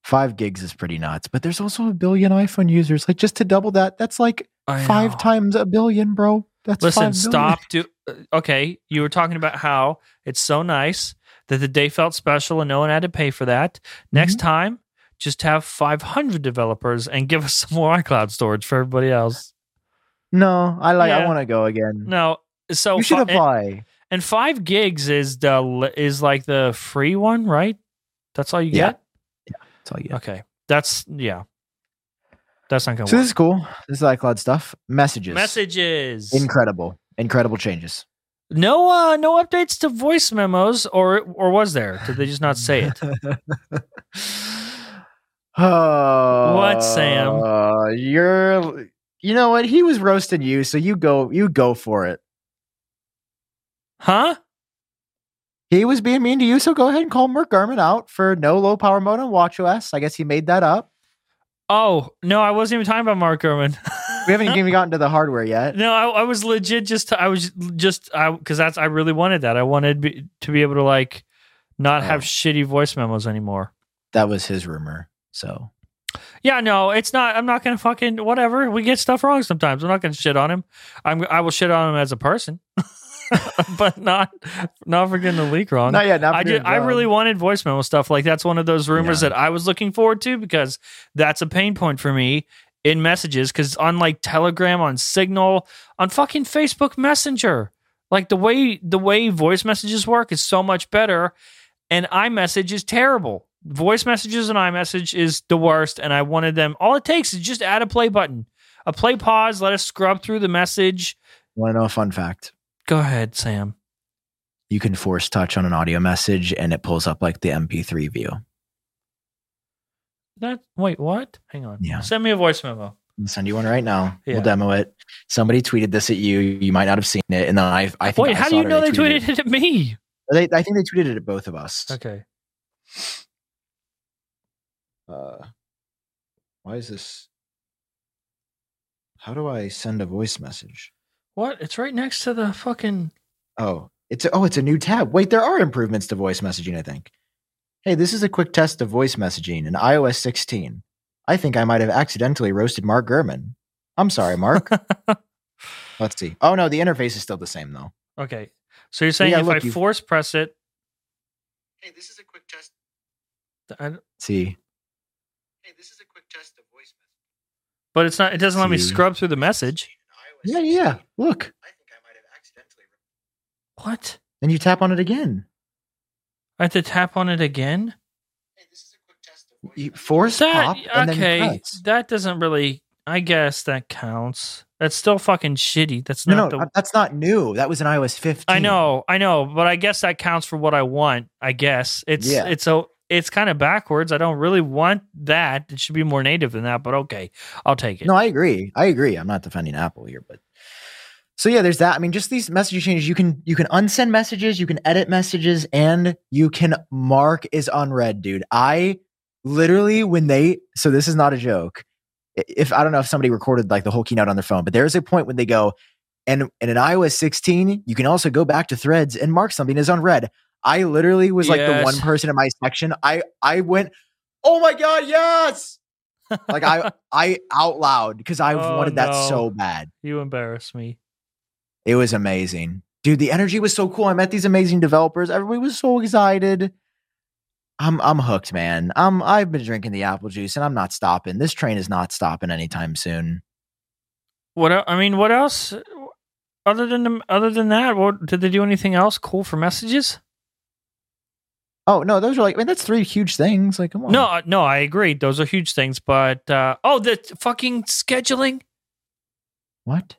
Speaker 1: Five gigs is pretty nuts, but there's also a billion iPhone users. Like just to double that, that's like five times a billion, bro. That's
Speaker 2: Listen,
Speaker 1: five
Speaker 2: stop. Do uh, okay. You were talking about how it's so nice that the day felt special and no one had to pay for that. Next time, just have 500 developers and give us <laughs> some more iCloud storage for everybody else.
Speaker 1: billion. No, I like.
Speaker 2: Yeah.
Speaker 1: I want to go again.
Speaker 2: No, so
Speaker 1: you should
Speaker 2: fi- eh. and,
Speaker 1: apply.
Speaker 2: and five gigs is the li- is like the free one, right? That's all you
Speaker 1: Yeah.
Speaker 2: get.
Speaker 1: That's all you get.
Speaker 2: Okay, that's yeah. That's not gonna
Speaker 1: So
Speaker 2: work.
Speaker 1: this is cool. This is iCloud stuff. Messages.
Speaker 2: Messages.
Speaker 1: Incredible. Incredible changes.
Speaker 2: no, uh, no updates to voice memos, or or was there? Did they just not
Speaker 1: <laughs>
Speaker 2: say it?
Speaker 1: oh,
Speaker 2: What, Sam?
Speaker 1: Uh, You're. You know what? He was roasting you, so you go. You go for it.
Speaker 2: Huh?
Speaker 1: He was being mean to you, so go ahead and call Merc Garmin out for no low power mode on WatchOS. I guess he made that up.
Speaker 2: Oh no, I wasn't even talking about Mark Gurman.
Speaker 1: We
Speaker 2: <laughs>
Speaker 1: haven't even gotten to the hardware yet.
Speaker 2: no, I, I was legit. Just I was just I because that's I really wanted that. I wanted be, to be able to like not have
Speaker 1: Oh.
Speaker 2: shitty voice memos anymore.
Speaker 1: That was his rumor. So
Speaker 2: Yeah, no, it's not. I'm not gonna fucking whatever. We get stuff wrong sometimes. I'm not gonna shit on him. I'm I will shit on him as a person, <laughs> but not not for getting the leak wrong.
Speaker 1: not yet. Not
Speaker 2: I
Speaker 1: for your
Speaker 2: did. I
Speaker 1: job.
Speaker 2: really wanted voice memo stuff. Like that's one of those rumors
Speaker 1: um, Yeah.
Speaker 2: that I was looking forward to because that's a pain point for me in messages. Because on like Telegram, on Signal, on fucking Facebook Messenger, like the way the way voice messages work is so much better, and iMessage is terrible. Voice messages and iMessage is the worst, and I wanted them. All it takes is just add a play button. A a play pause. Let us scrub through the message.
Speaker 1: Want to know a fun fact?
Speaker 2: Go ahead, Sam.
Speaker 1: You can force touch on an audio message and it pulls up like the MP3 view.
Speaker 2: That wait, what? Hang on.
Speaker 1: Yeah.
Speaker 2: Send me a voice memo.
Speaker 1: I'll send you one right now.
Speaker 2: Yeah.
Speaker 1: We'll demo it. Somebody tweeted this at you. You might not have seen it. And then I, I think
Speaker 2: Wait,
Speaker 1: I
Speaker 2: how do
Speaker 1: saw
Speaker 2: you
Speaker 1: it or
Speaker 2: know they tweeted
Speaker 1: it.
Speaker 2: it at me?
Speaker 1: They, I think they tweeted it at both of us.
Speaker 2: Okay.
Speaker 1: Uh, why is this? How do I send a voice message?
Speaker 2: What? It's right next to the fucking.
Speaker 1: Oh, it's a, oh, it's a new tab. Wait, there are improvements to voice messaging. I think. Hey, this is a quick test of voice messaging in iOS 16. I think I might have accidentally roasted Mark Gurman. I'm sorry, Mark.
Speaker 2: <laughs>
Speaker 1: Let's see. Oh no, the interface is still the same though.
Speaker 2: Okay. So you're saying
Speaker 1: Yeah,
Speaker 2: if
Speaker 1: look,
Speaker 2: I
Speaker 1: you-
Speaker 2: force press it,
Speaker 1: Hey, this is a quick test.
Speaker 2: I don't-
Speaker 1: See,
Speaker 3: Hey, this is a quick test of voice message.
Speaker 2: but it's not. It doesn't let me
Speaker 1: See.
Speaker 2: scrub through the message.
Speaker 1: yeah, yeah. Look,
Speaker 3: I think I might have accidentally.
Speaker 2: What?
Speaker 1: and you tap on it again.
Speaker 2: I have to tap on it again.
Speaker 3: Hey, this is a quick test of voice
Speaker 1: You force
Speaker 2: That
Speaker 1: pop and
Speaker 2: okay?
Speaker 1: then press.
Speaker 2: That doesn't really. I guess that counts. That's still fucking shitty. That's
Speaker 1: No,
Speaker 2: not
Speaker 1: no, uh,
Speaker 2: the.
Speaker 1: that's not new. That was in iOS 15.
Speaker 2: I know, I know, but I guess that counts for what I want. I guess it's
Speaker 1: Yeah.
Speaker 2: it's a it's kind of backwards. I don't really want that. It should be more native than that. But okay, I'll take it.
Speaker 1: No, I agree. I agree. I'm not defending Apple here, but so yeah, there's that. I mean, just these messaging changes. You can you can unsend messages, you can edit messages, and you can mark as unread, dude. I literally when they so this is not a joke. I- If I don't know if somebody recorded like the whole keynote on their phone, but there's a point when they go and and in iOS 16, you can also go back to threads and mark something as unread. I literally was like the
Speaker 2: Yes.
Speaker 1: one person in my section. I I went, oh my god, yes! Like I I out loud because I
Speaker 2: Oh,
Speaker 1: wanted that
Speaker 2: no.
Speaker 1: so bad.
Speaker 2: you embarrass me.
Speaker 1: It was amazing. Dude, the energy was so cool. I met these amazing developers. Everybody was so excited. I'm I'm hooked, man. I'm I've been drinking the apple juice and I'm not stopping. This train is not stopping anytime soon.
Speaker 2: What el- I mean, what else? Other than the, other than that, what did they do anything else cool for messages?
Speaker 1: Oh no, those are like I mean that's three huge things. Like come on.
Speaker 2: No, uh, no, I agree. Those are huge things. But uh, oh, the fucking scheduling.
Speaker 1: What?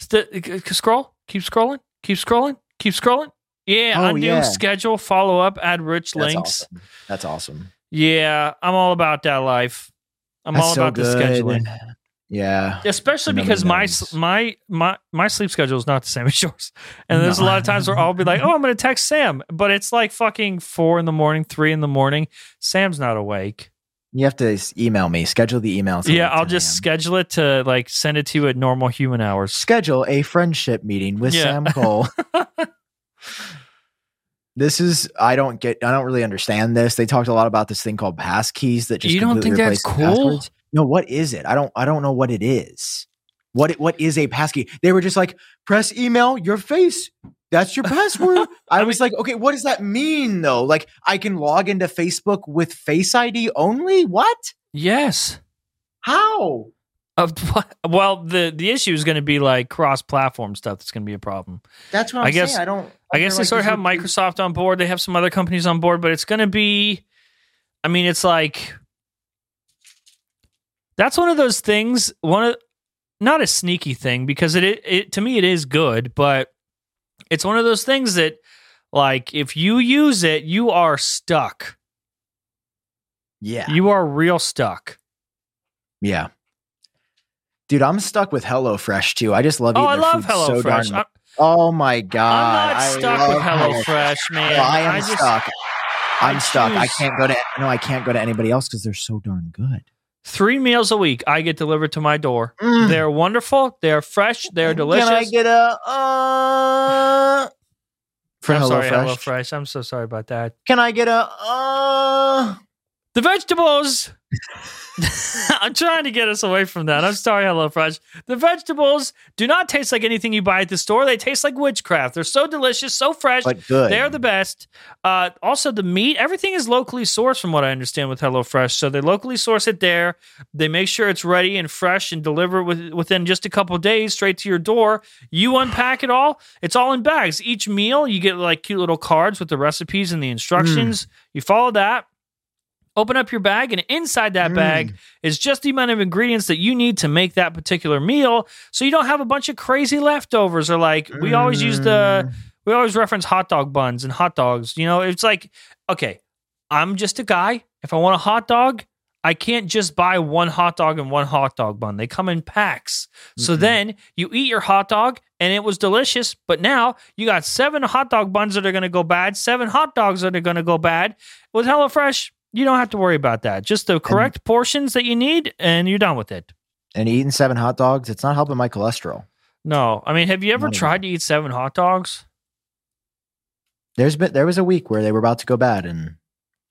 Speaker 2: St- c- c- scroll, keep scrolling, keep scrolling, keep scrolling. Yeah,
Speaker 1: Oh,
Speaker 2: undo
Speaker 1: yeah.
Speaker 2: schedule, follow up, add rich
Speaker 1: That's
Speaker 2: links.
Speaker 1: awesome. That's awesome.
Speaker 2: Yeah, I'm all about that life. I'm
Speaker 1: That's
Speaker 2: all
Speaker 1: so
Speaker 2: about the
Speaker 1: good.
Speaker 2: scheduling,
Speaker 1: Yeah.
Speaker 2: especially
Speaker 1: Nobody
Speaker 2: because my
Speaker 1: knows.
Speaker 2: s- my my my sleep schedule is not the same <laughs> as yours. And there's a
Speaker 1: No.
Speaker 2: lot of times where I'll be like, "Oh, I'm going to text Sam," but it's like fucking four in the morning, three in the morning. Sam's not awake.
Speaker 1: You have to s- email me. Schedule the email. till
Speaker 2: yeah,
Speaker 1: like
Speaker 2: I'll
Speaker 1: 10
Speaker 2: just
Speaker 1: a.m.
Speaker 2: schedule it to like send it to you at normal human hours.
Speaker 1: schedule a friendship meeting with
Speaker 2: Yeah.
Speaker 1: Sam
Speaker 2: <laughs>
Speaker 1: Cole. this is I don't get I don't really understand this. They talked a lot about this thing called pass keys that just
Speaker 2: You don't
Speaker 1: completely
Speaker 2: think that's
Speaker 1: replaced the
Speaker 2: cool?
Speaker 1: passwords. No, what is it? I don't I don't know what it is. What it- what is a pass key? They were just like press email your face. That's your
Speaker 2: <laughs>
Speaker 1: password. I,
Speaker 2: I
Speaker 1: was like, okay, what does that mean though? Like I can log into Facebook with Face ID only? What?
Speaker 2: Yes.
Speaker 1: How?
Speaker 2: Of <laughs> what- well, the the issue is going to be like cross platform stuff. That's going to be a problem.
Speaker 1: That's what I'm
Speaker 2: I guess-
Speaker 1: saying. I don't
Speaker 2: I guess they
Speaker 1: like,
Speaker 2: sort of
Speaker 1: these
Speaker 2: have
Speaker 1: are-
Speaker 2: Microsoft on board. They have some other companies on board, but it's going to be. I mean, it's like that's one of those things. One of not a sneaky thing because it, it, it to me it is good, but it's one of those things that like if you use it, you are stuck.
Speaker 1: Yeah.
Speaker 2: You are real stuck.
Speaker 1: Yeah. Dude, I'm stuck with HelloFresh too. I just love eating
Speaker 2: oh, I
Speaker 1: their
Speaker 2: love
Speaker 1: food so darn
Speaker 2: HelloFresh.
Speaker 1: much.
Speaker 2: I'm,
Speaker 1: oh my god.
Speaker 2: I'm not
Speaker 1: I
Speaker 2: stuck
Speaker 1: love
Speaker 2: with HelloFresh, man.
Speaker 1: No, I am
Speaker 2: just,
Speaker 1: stuck. I'm
Speaker 2: I
Speaker 1: stuck. I
Speaker 2: choose-
Speaker 1: can't go to no, I can't go to anybody else because they're so darn good.
Speaker 2: Three meals a week I get delivered to my door.
Speaker 1: Mm.
Speaker 2: They're wonderful. They're fresh. They're delicious.
Speaker 1: Can I get a uh for
Speaker 2: I'm
Speaker 1: HelloFresh?
Speaker 2: sorry, HelloFresh. I'm so sorry about that.
Speaker 1: Can I get a uh <laughs>
Speaker 2: The vegetables. I'm trying to get us away from that. I'm sorry, HelloFresh. The vegetables do not taste like anything you buy at the store. They taste like witchcraft. They're so delicious, so fresh.
Speaker 1: but good.
Speaker 2: They're the best. Uh, also, the meat, everything is locally sourced, from what I understand with HelloFresh. So they locally source it there. They make sure it's ready and fresh and deliver with, within just a couple days straight to your door. You unpack it all. It's all in bags. Each meal, you get like cute little cards with the recipes and the instructions. You follow that. Open up your bag, and inside that bag is just the amount of ingredients that you need to make that particular meal. So you don't have a bunch of crazy leftovers or like we always use
Speaker 1: Mm.
Speaker 2: the we always reference hot dog buns and hot dogs. You know, it's like, okay, I'm just a guy. If I want a hot dog, I can't just buy one hot dog and one hot dog bun. They come in packs. So
Speaker 1: Mhm.
Speaker 2: then you eat your hot dog and it was delicious, but now you got seven hot dog buns that are going to go bad, seven hot dogs that are going to go bad. With HelloFresh, you don't have to worry about that. Just the correct portions that you need and you're done with it.
Speaker 1: and eating seven hot dogs, it's not helping my cholesterol.
Speaker 2: No, I mean, have you ever
Speaker 1: Not at
Speaker 2: tried to eat seven hot dogs?
Speaker 1: There's been there was a week where they were about to go bad, and
Speaker 2: And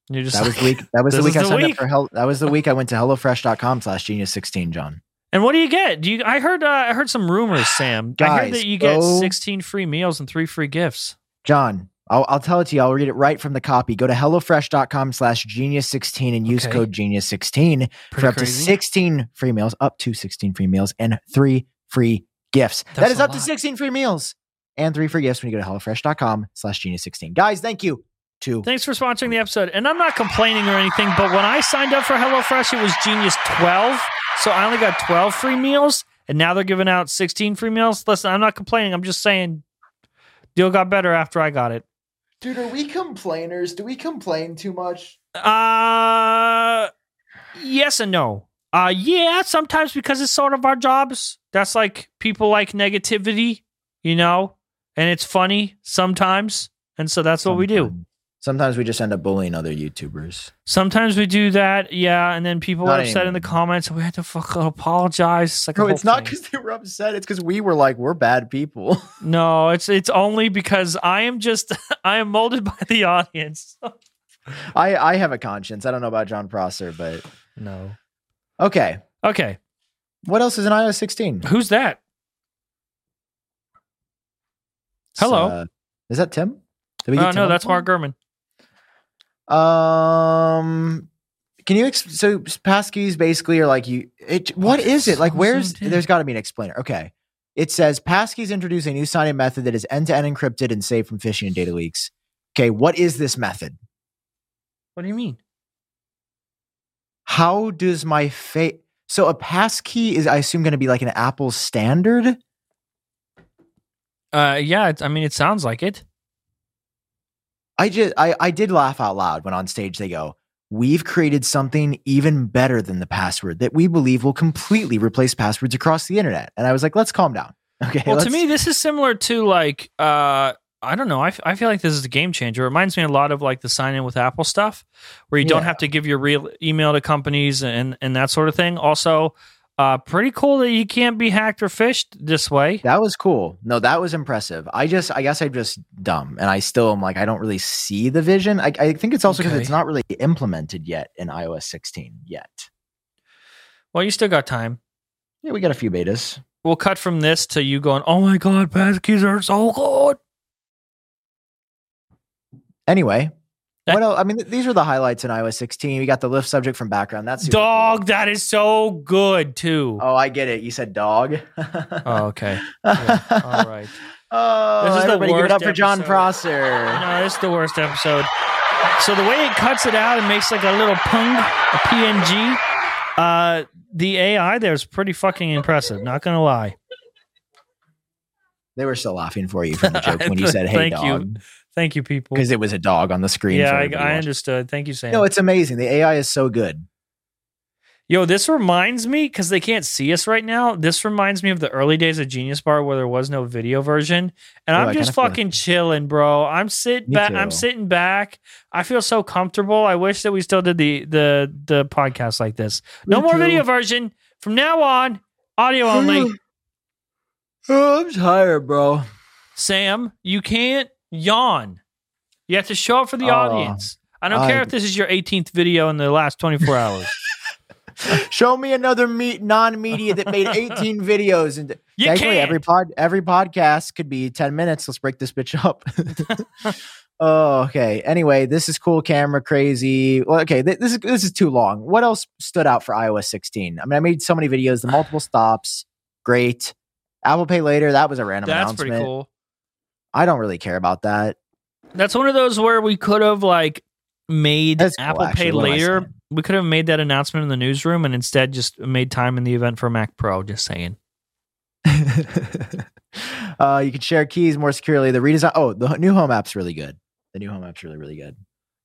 Speaker 2: You're just
Speaker 1: that was
Speaker 2: like-
Speaker 1: the week that was the
Speaker 2: This
Speaker 1: week
Speaker 2: is
Speaker 1: I
Speaker 2: the
Speaker 1: signed
Speaker 2: week.
Speaker 1: up for hell. That was the week I went to hellofresh.com slash genius sixteen. John,
Speaker 2: And what do you get? Do you? I heard. Uh, I heard some rumors,
Speaker 1: <gasps>
Speaker 2: Sam. I heard
Speaker 1: Guys,
Speaker 2: that you get
Speaker 1: go-
Speaker 2: sixteen free meals and three free gifts.
Speaker 1: John, I'll, I'll tell it to you. I'll read it right from the copy. Go to hellofresh.com slash genius sixteen and use
Speaker 2: Okay.
Speaker 1: code genius sixteen for
Speaker 2: Pretty
Speaker 1: up to
Speaker 2: crazy.
Speaker 1: 16 free meals, up to 16 free meals, and three free gifts. That's
Speaker 2: That's a
Speaker 1: up to
Speaker 2: lot.
Speaker 1: 16 free meals and three free gifts when you go to HelloFresh.com slash genius 16. Guys, thank you to
Speaker 2: Thanks for sponsoring the episode. And I'm not complaining or anything, but when I signed up for HelloFresh, it was Genius 12. So I only got 12 free meals, and now they're giving out 16 free meals. Listen, I'm not complaining. I'm just saying, deal got better after I got it.
Speaker 1: Dude, are we complainers? Do we complain too much?
Speaker 2: Uh, yes and no. Uh, yeah, sometimes because it's sort of our jobs. That's like people like negativity, you know, and it's funny sometimes. And so that's what we do.
Speaker 1: Sometimes we just end up bullying other YouTubers.
Speaker 2: Sometimes we do that, yeah, and then people
Speaker 1: Not
Speaker 2: are upset in the
Speaker 1: anymore.
Speaker 2: comments. We had to fucking apologize. It's like a
Speaker 1: No,
Speaker 2: whole
Speaker 1: it's not
Speaker 2: thing.
Speaker 1: because they were upset. It's because we were like, we're bad people. <laughs>
Speaker 2: No, it's it's only because I am just <laughs> I am molded by the audience. <laughs>
Speaker 1: I, I have a conscience. I don't know about John Prosser, but
Speaker 2: no.
Speaker 1: okay.
Speaker 2: Okay,
Speaker 1: What else is in iOS 16?
Speaker 2: who's that? Hello.
Speaker 1: Uh, is that Tim? Did we
Speaker 2: Oh
Speaker 1: get Tim
Speaker 2: no,
Speaker 1: on
Speaker 2: that's
Speaker 1: the phone?
Speaker 2: Mark Gurman.
Speaker 1: Um, can you ex- so passkeys basically are like you? It what is it like?
Speaker 2: So
Speaker 1: Where's
Speaker 2: zoomed in.
Speaker 1: there's got to be an explainer. Okay, it says passkeys introduce a new signing method that is end to end encrypted and safe from phishing and data leaks. Okay, what is this method?
Speaker 2: What do you mean?
Speaker 1: How does my face? So a passkey is, I assume, going to be like an Apple standard.
Speaker 2: Uh, yeah, it, I mean it sounds like it.
Speaker 1: I just, I, I did laugh out loud when on stage they go, "We've created something even better than the password that we believe will completely replace passwords across the internet." And I was like, "Let's calm down." <laughs> Okay.
Speaker 2: Well, to
Speaker 1: let's-
Speaker 2: me, this is similar to like uh, I don't know. I, f- I feel like this is a game changer. It reminds me a lot of like the sign in with Apple stuff, where you don't
Speaker 1: Yeah.
Speaker 2: have to give your real email to companies and and that sort of thing. Also, uh, pretty cool that you can't be hacked or phished this way.
Speaker 1: That was cool. No, that was impressive. I just, I guess I'm just dumb and I still am like, I don't really see the vision. I, I think it's also because
Speaker 2: Okay.
Speaker 1: it's not really implemented yet in iOS 16 yet.
Speaker 2: Well, you still got time.
Speaker 1: Yeah, we got a few betas.
Speaker 2: We'll cut from this to you going, "Oh my god, passkeys are so good."
Speaker 1: Anyway,
Speaker 2: That-
Speaker 1: what else? I mean, th- these are the highlights in iOS 16. We got the lift subject from background. That's super cool.
Speaker 2: Dog, that is so good too.
Speaker 1: Oh, I get it. You said dog. <laughs>
Speaker 2: Oh, okay. Yeah. All right.
Speaker 1: Oh,
Speaker 2: This is the
Speaker 1: everybody give it
Speaker 2: worst
Speaker 1: up for John
Speaker 2: episode. <laughs>
Speaker 1: Prosser.
Speaker 2: No, it's the worst episode. So the way it cuts it out and makes like a little pung, a PNG, uh, the AI there's pretty fucking impressive. Not gonna lie.
Speaker 1: They were still laughing for you from the joke
Speaker 2: <laughs>
Speaker 1: when you said, hey,
Speaker 2: Thank you.
Speaker 1: dog,
Speaker 2: Thank you, people.
Speaker 1: because it was a dog on the screen.
Speaker 2: Yeah,
Speaker 1: for
Speaker 2: I,
Speaker 1: everybody
Speaker 2: I
Speaker 1: watching.
Speaker 2: understood. Thank you, Sam.
Speaker 1: No, it's amazing. The AI is so good.
Speaker 2: Yo, this reminds me because they can't see us right now. This reminds me of the early days of Genius Bar where there was no video version, and
Speaker 1: Yo, I
Speaker 2: I'm just
Speaker 1: kinda feel like-
Speaker 2: fucking chilling, bro. I'm sit
Speaker 1: Me
Speaker 2: back.
Speaker 1: too.
Speaker 2: I'm sitting back. I feel so comfortable. I wish that we still did the the the podcast like this. No
Speaker 1: Me
Speaker 2: more
Speaker 1: too.
Speaker 2: video version from now on. Audio only.
Speaker 1: Oh, I'm tired, bro.
Speaker 2: Sam, you can't yawn. You have to show up for the
Speaker 1: Oh,
Speaker 2: audience. I don't
Speaker 1: I-
Speaker 2: care if this is your 18th video in the last 24 <laughs> hours.
Speaker 1: Show me another meat non-media that made
Speaker 2: <laughs>
Speaker 1: 18 videos and
Speaker 2: You
Speaker 1: thankfully
Speaker 2: can't.
Speaker 1: every pod every podcast could be 10 minutes. Let's break this bitch up. <laughs> oh, okay. Anyway, this is cool camera crazy. Well, okay, th- this is this is too long. What else stood out for iOS 16? I mean, I made so many
Speaker 2: <sighs>
Speaker 1: videos, the multiple stops, great. Apple Pay later, that was a random
Speaker 2: That's
Speaker 1: announcement.
Speaker 2: pretty cool.
Speaker 1: I don't really care about that. <laughs>
Speaker 2: That's one of those where we could have like made
Speaker 1: That's cool,
Speaker 2: Apple Pay
Speaker 1: actually. What am I
Speaker 2: later.
Speaker 1: saying?
Speaker 2: We could have made that announcement in the newsroom and instead just made time in the event for Mac Pro. Just saying.
Speaker 1: uh, you can share keys more securely. The redesign. Oh, the new home app's really good. The new home app's really really good.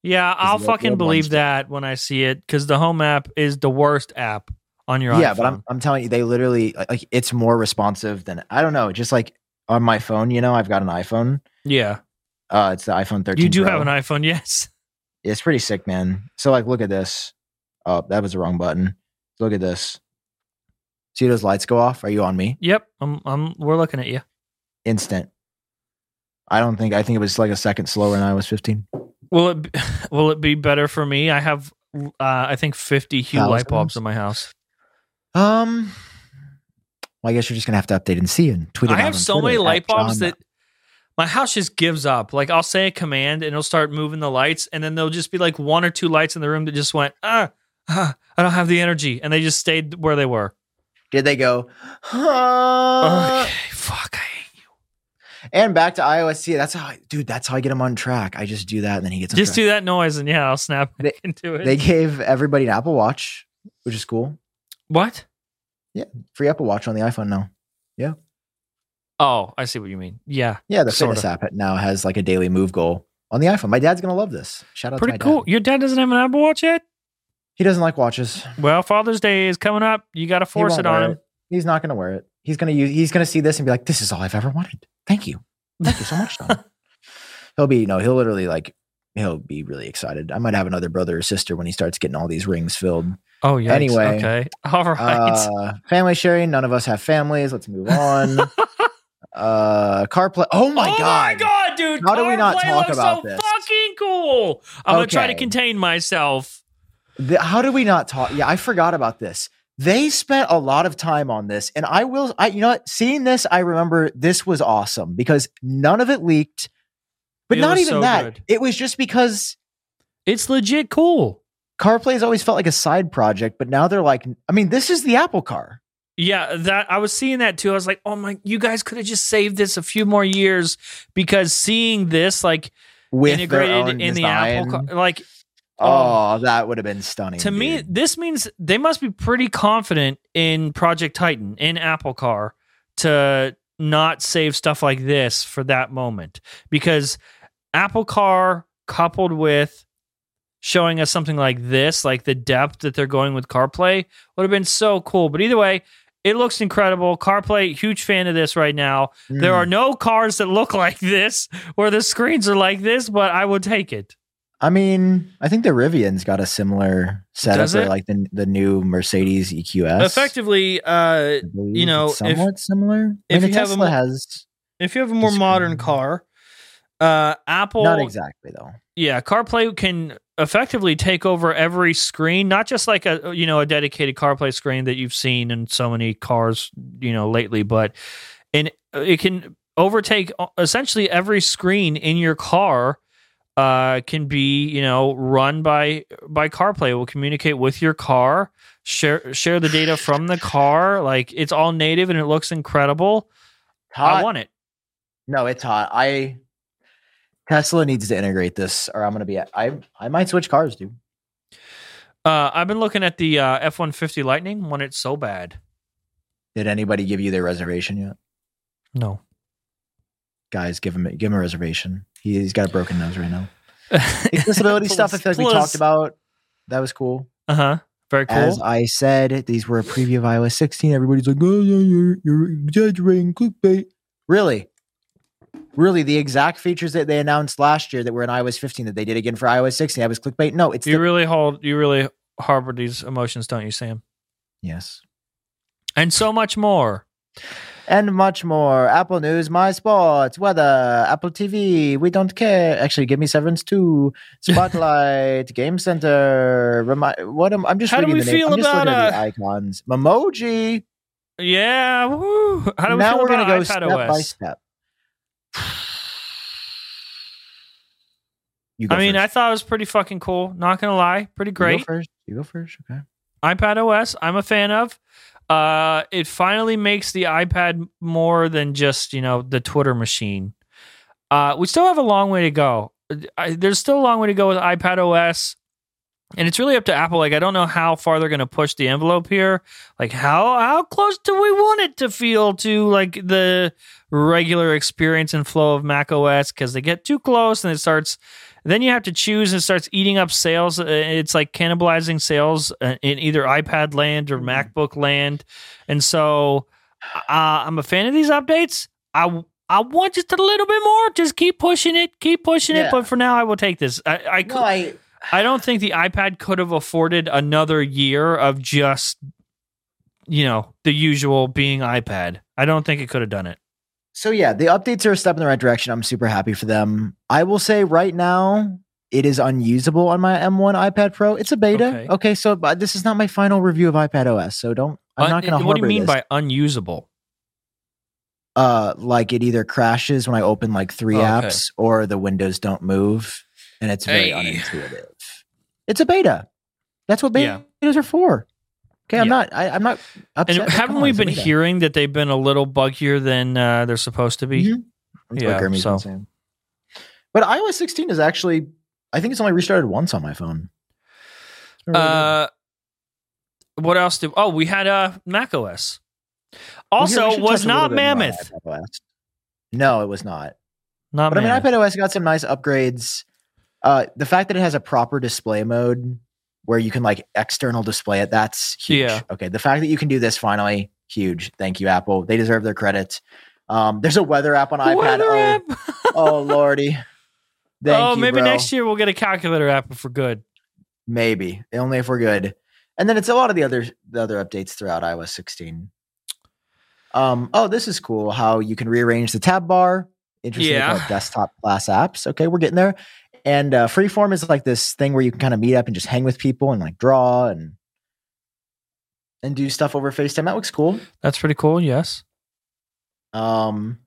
Speaker 2: Yeah, I'll
Speaker 1: the
Speaker 2: fucking
Speaker 1: old
Speaker 2: believe
Speaker 1: ones-
Speaker 2: that when I see it because the Home app is the worst app on your
Speaker 1: yeah,
Speaker 2: iPhone.
Speaker 1: but I'm I'm telling you, they literally like- like it's more responsive than I don't know. Just like on my phone, you know, I've got an iPhone.
Speaker 2: yeah,
Speaker 1: Uh, it's the iPhone 13.
Speaker 2: you do
Speaker 1: Pro.
Speaker 2: have an iPhone, yes.
Speaker 1: It's pretty sick, man. So like, look at this. Oh, that was the wrong button. Look at this. See those lights go off? Are you on me?
Speaker 2: Yep, I'm. I'm. We're looking at you.
Speaker 1: Instant. I don't think. I think it was like a second slower than I was 15.
Speaker 2: Will it? Be, <laughs> will it be better for me? I have, uh, I think, fifty Hue light bulbs
Speaker 1: Thousands?
Speaker 2: in my house.
Speaker 1: Um. Well, I guess you're just gonna have to update and see and tweet. it
Speaker 2: I
Speaker 1: out
Speaker 2: have
Speaker 1: on
Speaker 2: so many
Speaker 1: Twitter at
Speaker 2: light bulbs
Speaker 1: John-
Speaker 2: that my house just gives up. Like I'll say a command and it'll start moving the lights, and then there'll just be like one or two lights in the room that just went ah, ah I don't have the energy, and they just stayed where they were.
Speaker 1: did they go?
Speaker 2: Oh,
Speaker 1: "Huh?"
Speaker 2: okay, fuck. I hate you.
Speaker 1: And back to iOSC. That's how, I, dude. That's how I get him on track. I just do that, and then he gets. on
Speaker 2: Just
Speaker 1: track.
Speaker 2: do that noise, and yeah, I'll snap
Speaker 1: They-
Speaker 2: <laughs> into it.
Speaker 1: They gave everybody an Apple Watch, which is cool.
Speaker 2: what?
Speaker 1: Free Apple Watch on the iPhone now.
Speaker 2: Oh, I see what you mean. Yeah,
Speaker 1: Yeah, the
Speaker 2: Sorta.
Speaker 1: fitness app now has like a daily move goal on the iPhone. My dad's gonna love this. Shout out
Speaker 2: pretty
Speaker 1: to my
Speaker 2: cool.
Speaker 1: dad.
Speaker 2: Your dad doesn't have an Apple Watch yet.
Speaker 1: He doesn't like watches.
Speaker 2: Well, Father's Day is coming up. You got to
Speaker 1: He
Speaker 2: force
Speaker 1: won't
Speaker 2: it on
Speaker 1: wear
Speaker 2: him.
Speaker 1: He's not gonna wear it. He's gonna use. He's gonna see this and be like, "This is all I've ever wanted. Thank you. Thank you so much." Tom."
Speaker 2: <laughs>
Speaker 1: he'll be no. He'll literally like. He'll be really excited. I might have another brother or sister when he starts getting all these rings filled.
Speaker 2: Oh yeah.
Speaker 1: Anyway,
Speaker 2: okay. <laughs> All right.
Speaker 1: Uh, family sharing. None of us have families. Let's move
Speaker 2: <laughs>
Speaker 1: on. uh, CarPlay. Oh my
Speaker 2: oh
Speaker 1: god!
Speaker 2: my god, dude!
Speaker 1: How do we not
Speaker 2: CarPlay
Speaker 1: talk
Speaker 2: looks
Speaker 1: about
Speaker 2: so
Speaker 1: this?
Speaker 2: Fucking cool! I'm gonna try to
Speaker 1: Okay.
Speaker 2: contain myself.
Speaker 1: The- how do we not talk? Yeah, I forgot about this. They spent a lot of time on this, and I will. I you know what? Seeing this, I remember this was awesome because none of it leaked. But
Speaker 2: It
Speaker 1: not
Speaker 2: was
Speaker 1: even
Speaker 2: so
Speaker 1: that.
Speaker 2: good.
Speaker 1: It was just because
Speaker 2: It's legit cool.
Speaker 1: CarPlay has always felt like a side project, but now they're like, I mean, this is the Apple Car.
Speaker 2: Yeah, that I was seeing that too. I was like, oh my, you guys could have just saved this a few more years because seeing this like
Speaker 1: With their
Speaker 2: integrated
Speaker 1: own
Speaker 2: in the
Speaker 1: design.
Speaker 2: Apple, car, like
Speaker 1: Oh, that would have been stunning.
Speaker 2: to me,
Speaker 1: dude.
Speaker 2: this means they must be pretty confident in Project Titan in Apple Car to not save stuff like this for that moment because Apple Car coupled with showing us something like this, like the depth that they're going with CarPlay, would have been so cool. But either way, it looks incredible. CarPlay, huge fan of this right now. There
Speaker 1: Mm.
Speaker 2: are no cars that look <laughs> like this where the screens are like this, but I would take it.
Speaker 1: I mean, I think the Rivian's got a similar setup
Speaker 2: Does
Speaker 1: for
Speaker 2: it?
Speaker 1: like the the new Mercedes EQS.
Speaker 2: Effectively, uh,
Speaker 1: I believe
Speaker 2: you know,
Speaker 1: it's
Speaker 2: if-
Speaker 1: somewhat similar. I
Speaker 2: if
Speaker 1: mean, the
Speaker 2: you have a
Speaker 1: Tesla
Speaker 2: mo-
Speaker 1: has
Speaker 2: if you have a more
Speaker 1: Just-
Speaker 2: modern car, uh, Apple,
Speaker 1: not exactly though.
Speaker 2: yeah, CarPlay can effectively take over every screen, not just like a you know a dedicated CarPlay screen that you've seen in so many cars you know lately, but and it can overtake uh, essentially every screen in your car. Uh, can be you know run by by CarPlay. It will communicate with your car, share share the data from the car. Like it's all native and it looks incredible. I
Speaker 1: Hot.
Speaker 2: want it.
Speaker 1: no, it's hot. I Tesla needs to integrate this, or I'm gonna be. I I might switch cars, dude.
Speaker 2: Uh, I've been looking at the uh, F one fifty Lightning. Want it so bad?
Speaker 1: Did anybody give you their reservation yet?
Speaker 2: <laughs> No.
Speaker 1: Guys, give him give him a reservation. He, he's got a broken nose right
Speaker 2: <laughs>
Speaker 1: now. Accessibility stuff. I feel like we talked about. That was cool.
Speaker 2: Uh huh. Very cool.
Speaker 1: As I said, these were a preview of iOS 16. Everybody's like, oh, yeah, you're, you're exaggerating, clickbait. Really? Really, the exact features that they announced last year that were in iOS 15 that they did again for iOS 16, that was clickbait? No, it's
Speaker 2: you
Speaker 1: the-
Speaker 2: really hold. You really harbor these emotions, don't you, Sam?
Speaker 1: Yes.
Speaker 2: And so much more.
Speaker 1: And much more. Apple News, My Sports, Weather, Apple TV, We Don't Care. Actually, give me Severance too. Spotlight, <laughs> Game Center. Remi- what am I'm just
Speaker 2: How do
Speaker 1: reading
Speaker 2: we
Speaker 1: the name.
Speaker 2: feel
Speaker 1: I'm just
Speaker 2: about, uh,
Speaker 1: looking at the icons. Memoji.
Speaker 2: Yeah. Woo. How do we
Speaker 1: now
Speaker 2: feel
Speaker 1: we're
Speaker 2: about
Speaker 1: gonna go
Speaker 2: iPad
Speaker 1: step by
Speaker 2: OS?
Speaker 1: step. You
Speaker 2: I mean, I
Speaker 1: first.
Speaker 2: thought it was pretty fucking cool. Not gonna lie, pretty
Speaker 1: You go
Speaker 2: great.
Speaker 1: first. You go first. Okay.
Speaker 2: iPad OS. I'm a fan of. Uh, it finally makes the iPad more than just you know the Twitter machine. Uh, we still have a long way to go. I, there's still a long way to go with iPad OS, and it's really up to Apple. Like, I don't know how far they're going to push the envelope here. Like, how how close do we want it to feel to like the regular experience and flow of Mac OS? Because they get too close and it starts. Then you have to choose and it starts eating up sales. Uh, It's like cannibalizing sales uh, in either iPad land or MacBook land, and so uh, I'm a fan of these updates. I I want just a little bit more. Just keep pushing it, keep pushing
Speaker 1: Yeah.
Speaker 2: it. But for now, I will take this. I I, cou-
Speaker 1: No, I
Speaker 2: I don't think the iPad could have afforded another year of just you know the usual being iPad. I don't think it could have done it.
Speaker 1: so yeah, the updates are a step in the right direction. I'm super happy for them. I will say right now it is unusable on my M1 iPad Pro. It's a beta.
Speaker 2: Okay.
Speaker 1: Okay, so but this is not my final review of iPad OS, so don't. I'm
Speaker 2: Un-
Speaker 1: not going to.
Speaker 2: Uh, what do you mean by unusable?
Speaker 1: uh like it either crashes when I open like three
Speaker 2: Oh, okay.
Speaker 1: apps or the windows don't move and it's very
Speaker 2: Hey.
Speaker 1: unintuitive. It's a beta. That's what
Speaker 2: Yeah.
Speaker 1: betas are for. Okay, I'm
Speaker 2: Yeah.
Speaker 1: not I, I'm not upset.
Speaker 2: And
Speaker 1: but come
Speaker 2: haven't
Speaker 1: on,
Speaker 2: we
Speaker 1: it's a
Speaker 2: been
Speaker 1: beta.
Speaker 2: hearing that they've been a little buggier than uh, they're supposed to be?
Speaker 1: Mhm. That's
Speaker 2: Yeah,
Speaker 1: what Jeremy's
Speaker 2: so-
Speaker 1: been saying. But iOS 16 is actually I think it's only restarted once on my phone. It's been really good.
Speaker 2: Uh, what else did? Oh, we had uh, Mac OS.
Speaker 1: Well, here, we
Speaker 2: Also,
Speaker 1: should
Speaker 2: was
Speaker 1: touch a little
Speaker 2: not
Speaker 1: bit more on
Speaker 2: Mammoth.
Speaker 1: iPad OS. No, it was not.
Speaker 2: Not
Speaker 1: But I mean,
Speaker 2: Mammoth.
Speaker 1: iPad OS got some nice upgrades. Uh, the fact that it has a proper display mode where you can like external display it, that's huge.
Speaker 2: Yeah.
Speaker 1: Okay. The fact that you can do this finally, huge. Thank you, Apple. They deserve their credit. Um, there's a weather app on iPad.
Speaker 2: Weather
Speaker 1: oh,
Speaker 2: app.
Speaker 1: oh,
Speaker 2: <laughs>
Speaker 1: lordy. Thank
Speaker 2: oh,
Speaker 1: you,
Speaker 2: maybe
Speaker 1: bro.
Speaker 2: next year we'll get a calculator app if we're good.
Speaker 1: Maybe only if we're good. And then it's a lot of the other the other updates throughout iOS 16. Um, oh, this is cool. How you can rearrange the tab bar. Interesting.
Speaker 2: Yeah.
Speaker 1: Yeah. desktop class apps. Okay, we're getting there. And uh, Freeform is like this thing where you can kind of meet up and just hang with people and like draw and and do stuff over FaceTime. That looks cool.
Speaker 2: That's pretty cool. Yes.
Speaker 1: Um,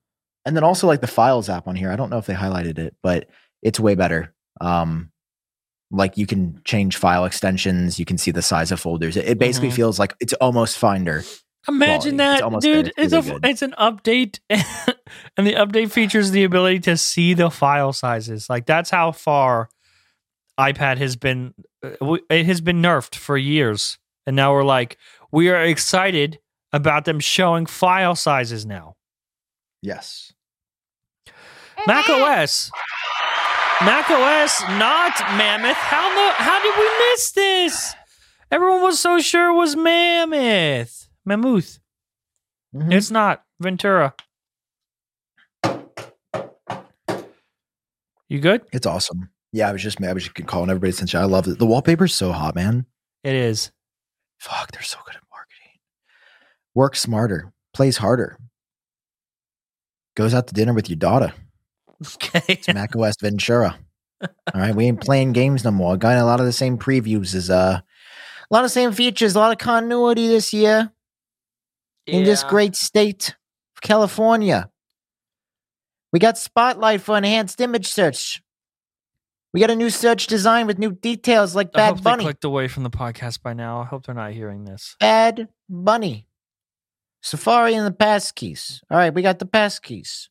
Speaker 1: and then also like the Files app on here. I don't know if they highlighted it, but it's way better. Um, like you can change file extensions, you can see the size of folders. It, it basically
Speaker 2: Mhm.
Speaker 1: feels like it's almost Finder. quality.
Speaker 2: Imagine
Speaker 1: It's
Speaker 2: that,
Speaker 1: almost there.
Speaker 2: dude.
Speaker 1: It's
Speaker 2: It's a
Speaker 1: really good.
Speaker 2: it's an update, <laughs> and the update features the ability to see the file sizes. Like that's how far iPad has been. uh, w- It has been nerfed for years, and now we're like we are excited about them showing file sizes now.
Speaker 1: Yes.
Speaker 2: Mac OS. Mac OS, not Mammoth. How no, how did we miss this? Everyone was so sure it was Mammoth. Mammoth.
Speaker 1: Mm-hmm.
Speaker 2: It's not Ventura. You good?
Speaker 1: It's awesome. Yeah, I was just I was just calling everybody since I love it. The wallpaper's so hot, man.
Speaker 2: It is.
Speaker 1: Fuck, they're so good at marketing. Work smarter, plays harder. Goes out to dinner with your daughter.
Speaker 2: Okay.
Speaker 1: It's <laughs> Mac OS Ventura. All right, we ain't playing games no more. Got a lot of the same previews as uh a lot of same features, a lot of continuity this year in this great state of California. We got Spotlight for enhanced image search. We got a new search design with new details like
Speaker 2: I hope
Speaker 1: Bad
Speaker 2: they
Speaker 1: Bunny.
Speaker 2: clicked away from the podcast by now. I hope they're not hearing this.
Speaker 1: Bad Bunny. Safari and the passkeys. All right, we got the passkeys.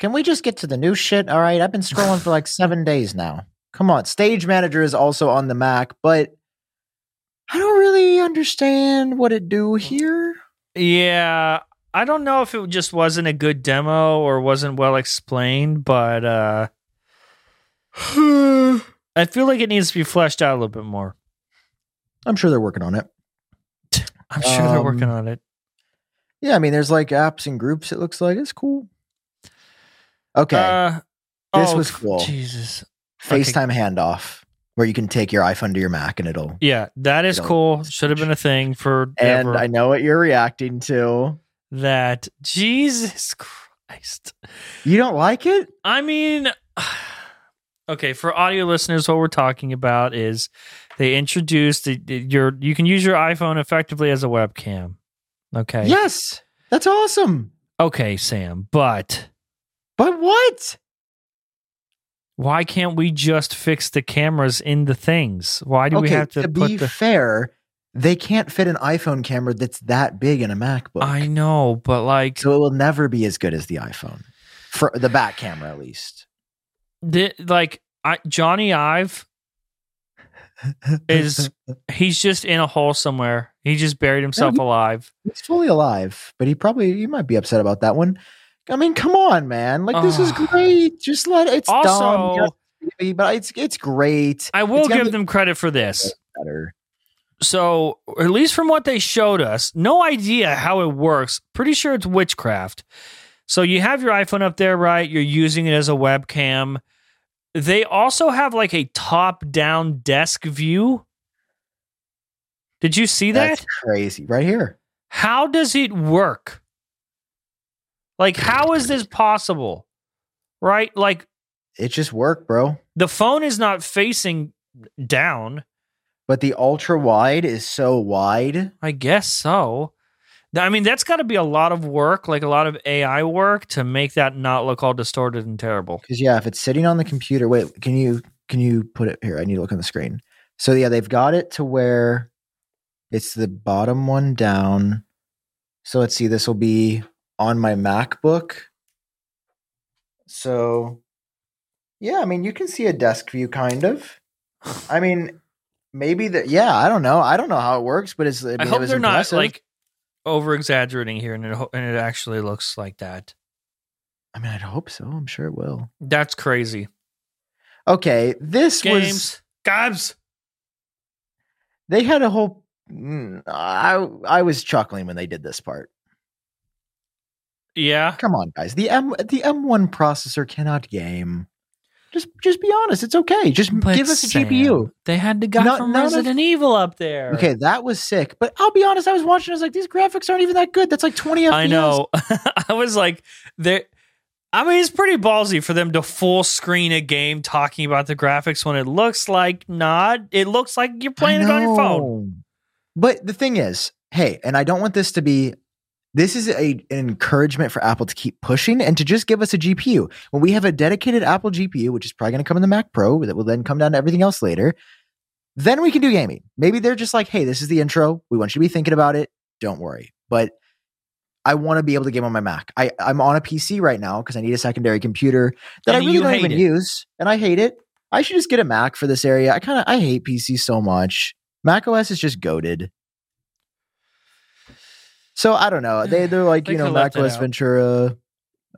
Speaker 1: Can we just get to the new shit? All right, I've been scrolling for like seven days now. Come on. Stage Manager is also on the Mac, but I don't really understand what it do here.
Speaker 2: Yeah, I don't know if it just wasn't a good demo or wasn't well explained, but uh <sighs> I feel like it needs to be fleshed out a little bit more.
Speaker 1: I'm sure they're working on it.
Speaker 2: I'm sure they're
Speaker 1: Um,
Speaker 2: working on it.
Speaker 1: Yeah, I mean, there's like apps and groups, it looks like. It's cool. Okay.
Speaker 2: Uh,
Speaker 1: this
Speaker 2: oh,
Speaker 1: was
Speaker 2: f-
Speaker 1: cool.
Speaker 2: Jesus. okay.
Speaker 1: FaceTime handoff, where you can take your iPhone to your Mac and it'll.
Speaker 2: Yeah, that is
Speaker 1: Don't
Speaker 2: cool. Should have been a thing for
Speaker 1: And
Speaker 2: ever.
Speaker 1: I know what you're reacting to.
Speaker 2: that Jesus Christ.
Speaker 1: You don't like it?
Speaker 2: I mean, <sighs> okay, for audio listeners, what we're talking about is they introduced the, the- your you can use your iPhone effectively as a webcam. Okay.
Speaker 1: Yes, that's awesome.
Speaker 2: Okay, Sam, but
Speaker 1: But what?
Speaker 2: why can't we just fix the cameras in the things? Why do we have to, put
Speaker 1: be
Speaker 2: the
Speaker 1: fair, they can't fit an iPhone camera that's that big in a MacBook.
Speaker 2: I know, but like
Speaker 1: so it will never be as good as the iPhone for the back camera, at least.
Speaker 2: the, like I, Johnny Ive <laughs>
Speaker 1: <laughs>
Speaker 2: is he's just in a hole somewhere. He just buried himself
Speaker 1: he-
Speaker 2: alive.
Speaker 1: He's fully alive, but he probably he might be upset about that one. I mean, come on, man! Like this is
Speaker 2: Ugh.
Speaker 1: great. Just let it's dumb,
Speaker 2: Ah. Also,
Speaker 1: yes, maybe, but it's it's great.
Speaker 2: I will
Speaker 1: It's gotta
Speaker 2: give
Speaker 1: be-
Speaker 2: them credit for this.
Speaker 1: Better.
Speaker 2: So, or at least from what they showed us, no idea how it works. Pretty sure it's witchcraft. So, you have your iPhone up there, right? You're using it as a webcam. They also have like a top down desk view. Did you see that?
Speaker 1: That's crazy, right here.
Speaker 2: How does it work? Like, how is this possible? Right? Like,
Speaker 1: It just worked, bro.
Speaker 2: the phone is not facing down.
Speaker 1: But the ultra wide is so wide.
Speaker 2: I guess so. Th- I mean, that's got to be a lot of work, like a lot of AI work to make that not look all distorted and terrible.
Speaker 1: Because yeah, if it's sitting on the computer, wait, can you can you put it here? I need to look on the screen. So yeah, they've got it to where it's the bottom one down. So let's see, this will be on my MacBook. So yeah, I mean you can see a desk view kind of. I mean, maybe that yeah, I don't know. I don't know how it works, but it's I, mean,
Speaker 2: I
Speaker 1: it
Speaker 2: hope
Speaker 1: was
Speaker 2: they're
Speaker 1: impressive.
Speaker 2: not like over exaggerating here and it, ho- and it actually looks like that.
Speaker 1: I mean I'd hope so. I'm sure it will.
Speaker 2: That's crazy.
Speaker 1: Okay, this was
Speaker 2: Games. Gabs.
Speaker 1: they had a whole mm, I I was chuckling when they did this part.
Speaker 2: Yeah.
Speaker 1: Come on, guys. The M the M1 processor cannot game. Just just be honest. It's okay. Just
Speaker 2: But
Speaker 1: give us a
Speaker 2: Sam,
Speaker 1: GPU.
Speaker 2: They had the guy
Speaker 1: Not-
Speaker 2: from
Speaker 1: not a-
Speaker 2: Resident Evil up there.
Speaker 1: Okay, that was sick. But I'll be honest, I was watching, I was like, these graphics aren't even that good. That's like 20 <laughs> FPS.
Speaker 2: I know. <laughs> I was like, there. I mean, it's pretty ballsy for them to full screen a game talking about the graphics when it looks like not. It looks like you're playing it on your phone.
Speaker 1: But the thing is, hey, and I don't want this to be this is a, an encouragement for Apple to keep pushing and to just give us a GPU. When we have a dedicated Apple GPU, which is probably going to come in the Mac Pro, that will then come down to everything else later, then we can do gaming. Maybe they're just like, hey, this is the intro. We want you to be thinking about it. Don't worry. But I want to be able to game on my Mac. I, I'm on a PC right now because I need a secondary computer that
Speaker 2: And
Speaker 1: I really
Speaker 2: you
Speaker 1: don't
Speaker 2: hate
Speaker 1: even
Speaker 2: it.
Speaker 1: use, and I hate it. I should just get a Mac for this area. I kind of I hate PC so much. Mac OS is just goaded. So I don't know. They they're like
Speaker 2: <sighs> They
Speaker 1: you know
Speaker 2: could've left
Speaker 1: Mac
Speaker 2: that
Speaker 1: OS
Speaker 2: out.
Speaker 1: Ventura.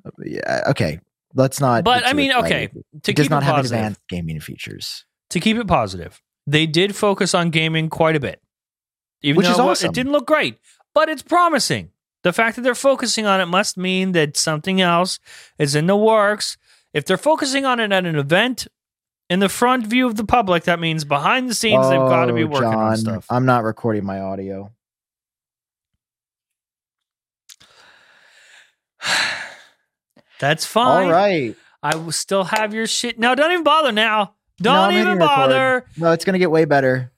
Speaker 1: Uh, Yeah, okay. Let's not.
Speaker 2: But,
Speaker 1: get
Speaker 2: I
Speaker 1: too
Speaker 2: mean,
Speaker 1: excited.
Speaker 2: okay, To
Speaker 1: It does
Speaker 2: keep
Speaker 1: not
Speaker 2: it
Speaker 1: have
Speaker 2: positive,
Speaker 1: advanced gaming features.
Speaker 2: to keep it positive, they did focus on gaming quite a bit, even
Speaker 1: Which
Speaker 2: though
Speaker 1: is
Speaker 2: it wa-
Speaker 1: awesome.
Speaker 2: it didn't look great. But it's promising. The fact that they're focusing on it must mean that something else is in the works. If they're focusing on it at an event in the front view of the public, that means behind the scenes they've got to be
Speaker 1: Oh,
Speaker 2: working on
Speaker 1: John,
Speaker 2: stuff.
Speaker 1: I'm not recording my audio.
Speaker 2: That's fine.
Speaker 1: All right.
Speaker 2: I will still have your shit. No, don't even bother now.
Speaker 1: No, I'm
Speaker 2: Don't
Speaker 1: hitting
Speaker 2: even
Speaker 1: record.
Speaker 2: bother.
Speaker 1: No, it's gonna get way better.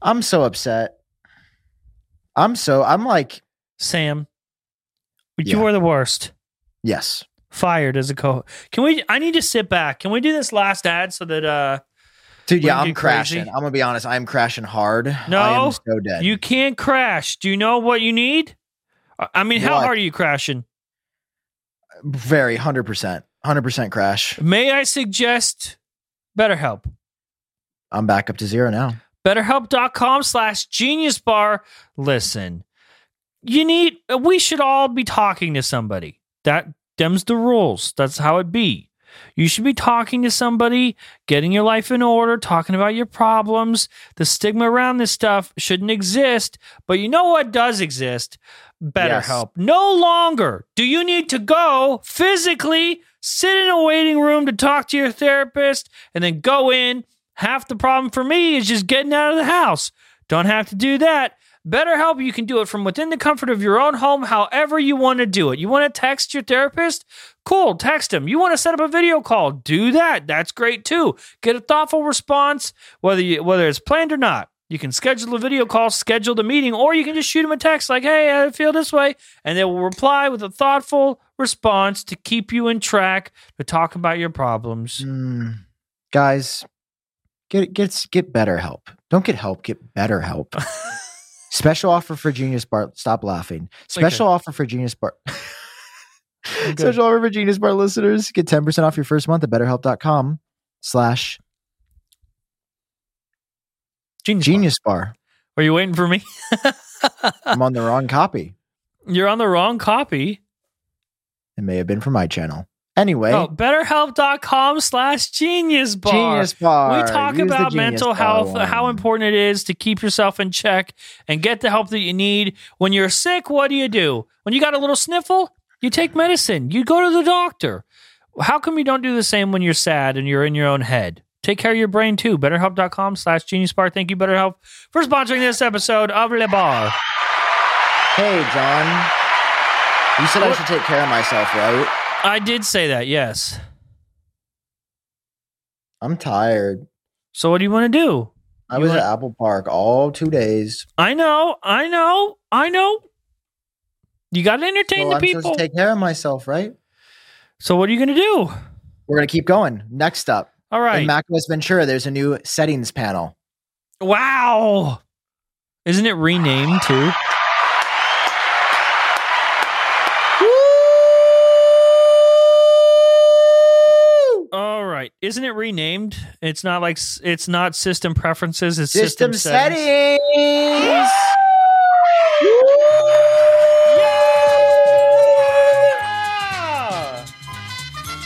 Speaker 1: I'm so upset. I'm so I'm like
Speaker 2: Sam,
Speaker 1: Yeah.
Speaker 2: you are the worst.
Speaker 1: yes.
Speaker 2: Fired as a co. Can we? I need to sit back. Can we do this last ad so that uh
Speaker 1: Dude, yeah,
Speaker 2: Wouldn't
Speaker 1: I'm
Speaker 2: get crazy.
Speaker 1: crashing. I'm gonna be honest. I'm crashing hard. I
Speaker 2: No,
Speaker 1: am so dead.
Speaker 2: you can't crash? Do you know what you need? I- I mean, how
Speaker 1: What?
Speaker 2: hard are you crashing?
Speaker 1: very hundred percent, hundred percent crash.
Speaker 2: May I suggest BetterHelp?
Speaker 1: I'm back up to zero now.
Speaker 2: betterhelp.com slash genius bar listen you need we should all be talking to somebody that them's the rules that's how it be you should be talking to somebody getting your life in order talking about your problems the stigma around this stuff shouldn't exist but you know what does exist
Speaker 1: Yes.
Speaker 2: BetterHelp. No longer do you need to go physically sit in a waiting room to talk to your therapist and then go in. Half the problem for me is just getting out of the house. Don't have to do that. BetterHelp, you can do it from within the comfort of your own home, however you want to do it. You want to text your therapist? Cool, text him. You want to set up a video call? Do that. That's great too. Get a thoughtful response, whether you, whether it's planned or not. You can schedule a video call, schedule the meeting, or you can just shoot them a text like, hey, I feel this way. And they will reply with a thoughtful response to keep you in track to talk about your problems.
Speaker 1: Mm. Guys, get get get better help. Don't get help. Get better help.
Speaker 2: <laughs>
Speaker 1: <laughs> Special offer for Genius Bar. Stop laughing. Special offer for Genius Bar.
Speaker 2: I'm
Speaker 1: So
Speaker 2: good.
Speaker 1: to all River Genius Bar listeners, get 10% off your first month at betterhelp.com slash
Speaker 2: Genius. Genius.
Speaker 1: genius bar.
Speaker 2: Are you waiting for me? <laughs>
Speaker 1: I'm on the wrong copy.
Speaker 2: You're on the wrong copy.
Speaker 1: It may have been from my channel. Anyway,
Speaker 2: Oh, betterhelp.com slash genius bar.
Speaker 1: genius bar.
Speaker 2: We talk
Speaker 1: Use the
Speaker 2: about
Speaker 1: Genius
Speaker 2: mental
Speaker 1: Bar
Speaker 2: health, uh,
Speaker 1: one.
Speaker 2: how important it is to keep yourself in check and get the help that you need. When you're sick, what do you do? When you got a little sniffle, you take medicine, you go to the doctor. How come you don't do the same when you're sad and you're in your own head? Take care of your brain too. BetterHelp.com slash genius bar. Thank you, BetterHelp, for sponsoring this episode of Le Bar.
Speaker 1: Hey, John. You said I
Speaker 2: What-
Speaker 1: should take care of myself, right?
Speaker 2: I did say that, yes.
Speaker 1: I'm tired.
Speaker 2: So what do you want to do?
Speaker 1: I
Speaker 2: You
Speaker 1: was uh,
Speaker 2: want-
Speaker 1: at Apple Park all two days.
Speaker 2: I know, I know, I know. You got to entertain
Speaker 1: Well,
Speaker 2: the
Speaker 1: I'm supposed
Speaker 2: people.
Speaker 1: to take care of myself, right?
Speaker 2: so what are you going to do?
Speaker 1: We're gonna keep going. Next up,
Speaker 2: All
Speaker 1: in
Speaker 2: right.
Speaker 1: macOS Ventura, there's a new settings panel.
Speaker 2: wow. Isn't it renamed too? All right. Isn't it renamed? It's not like s- it's not system preferences. It's system,
Speaker 1: System
Speaker 2: settings.
Speaker 1: settings.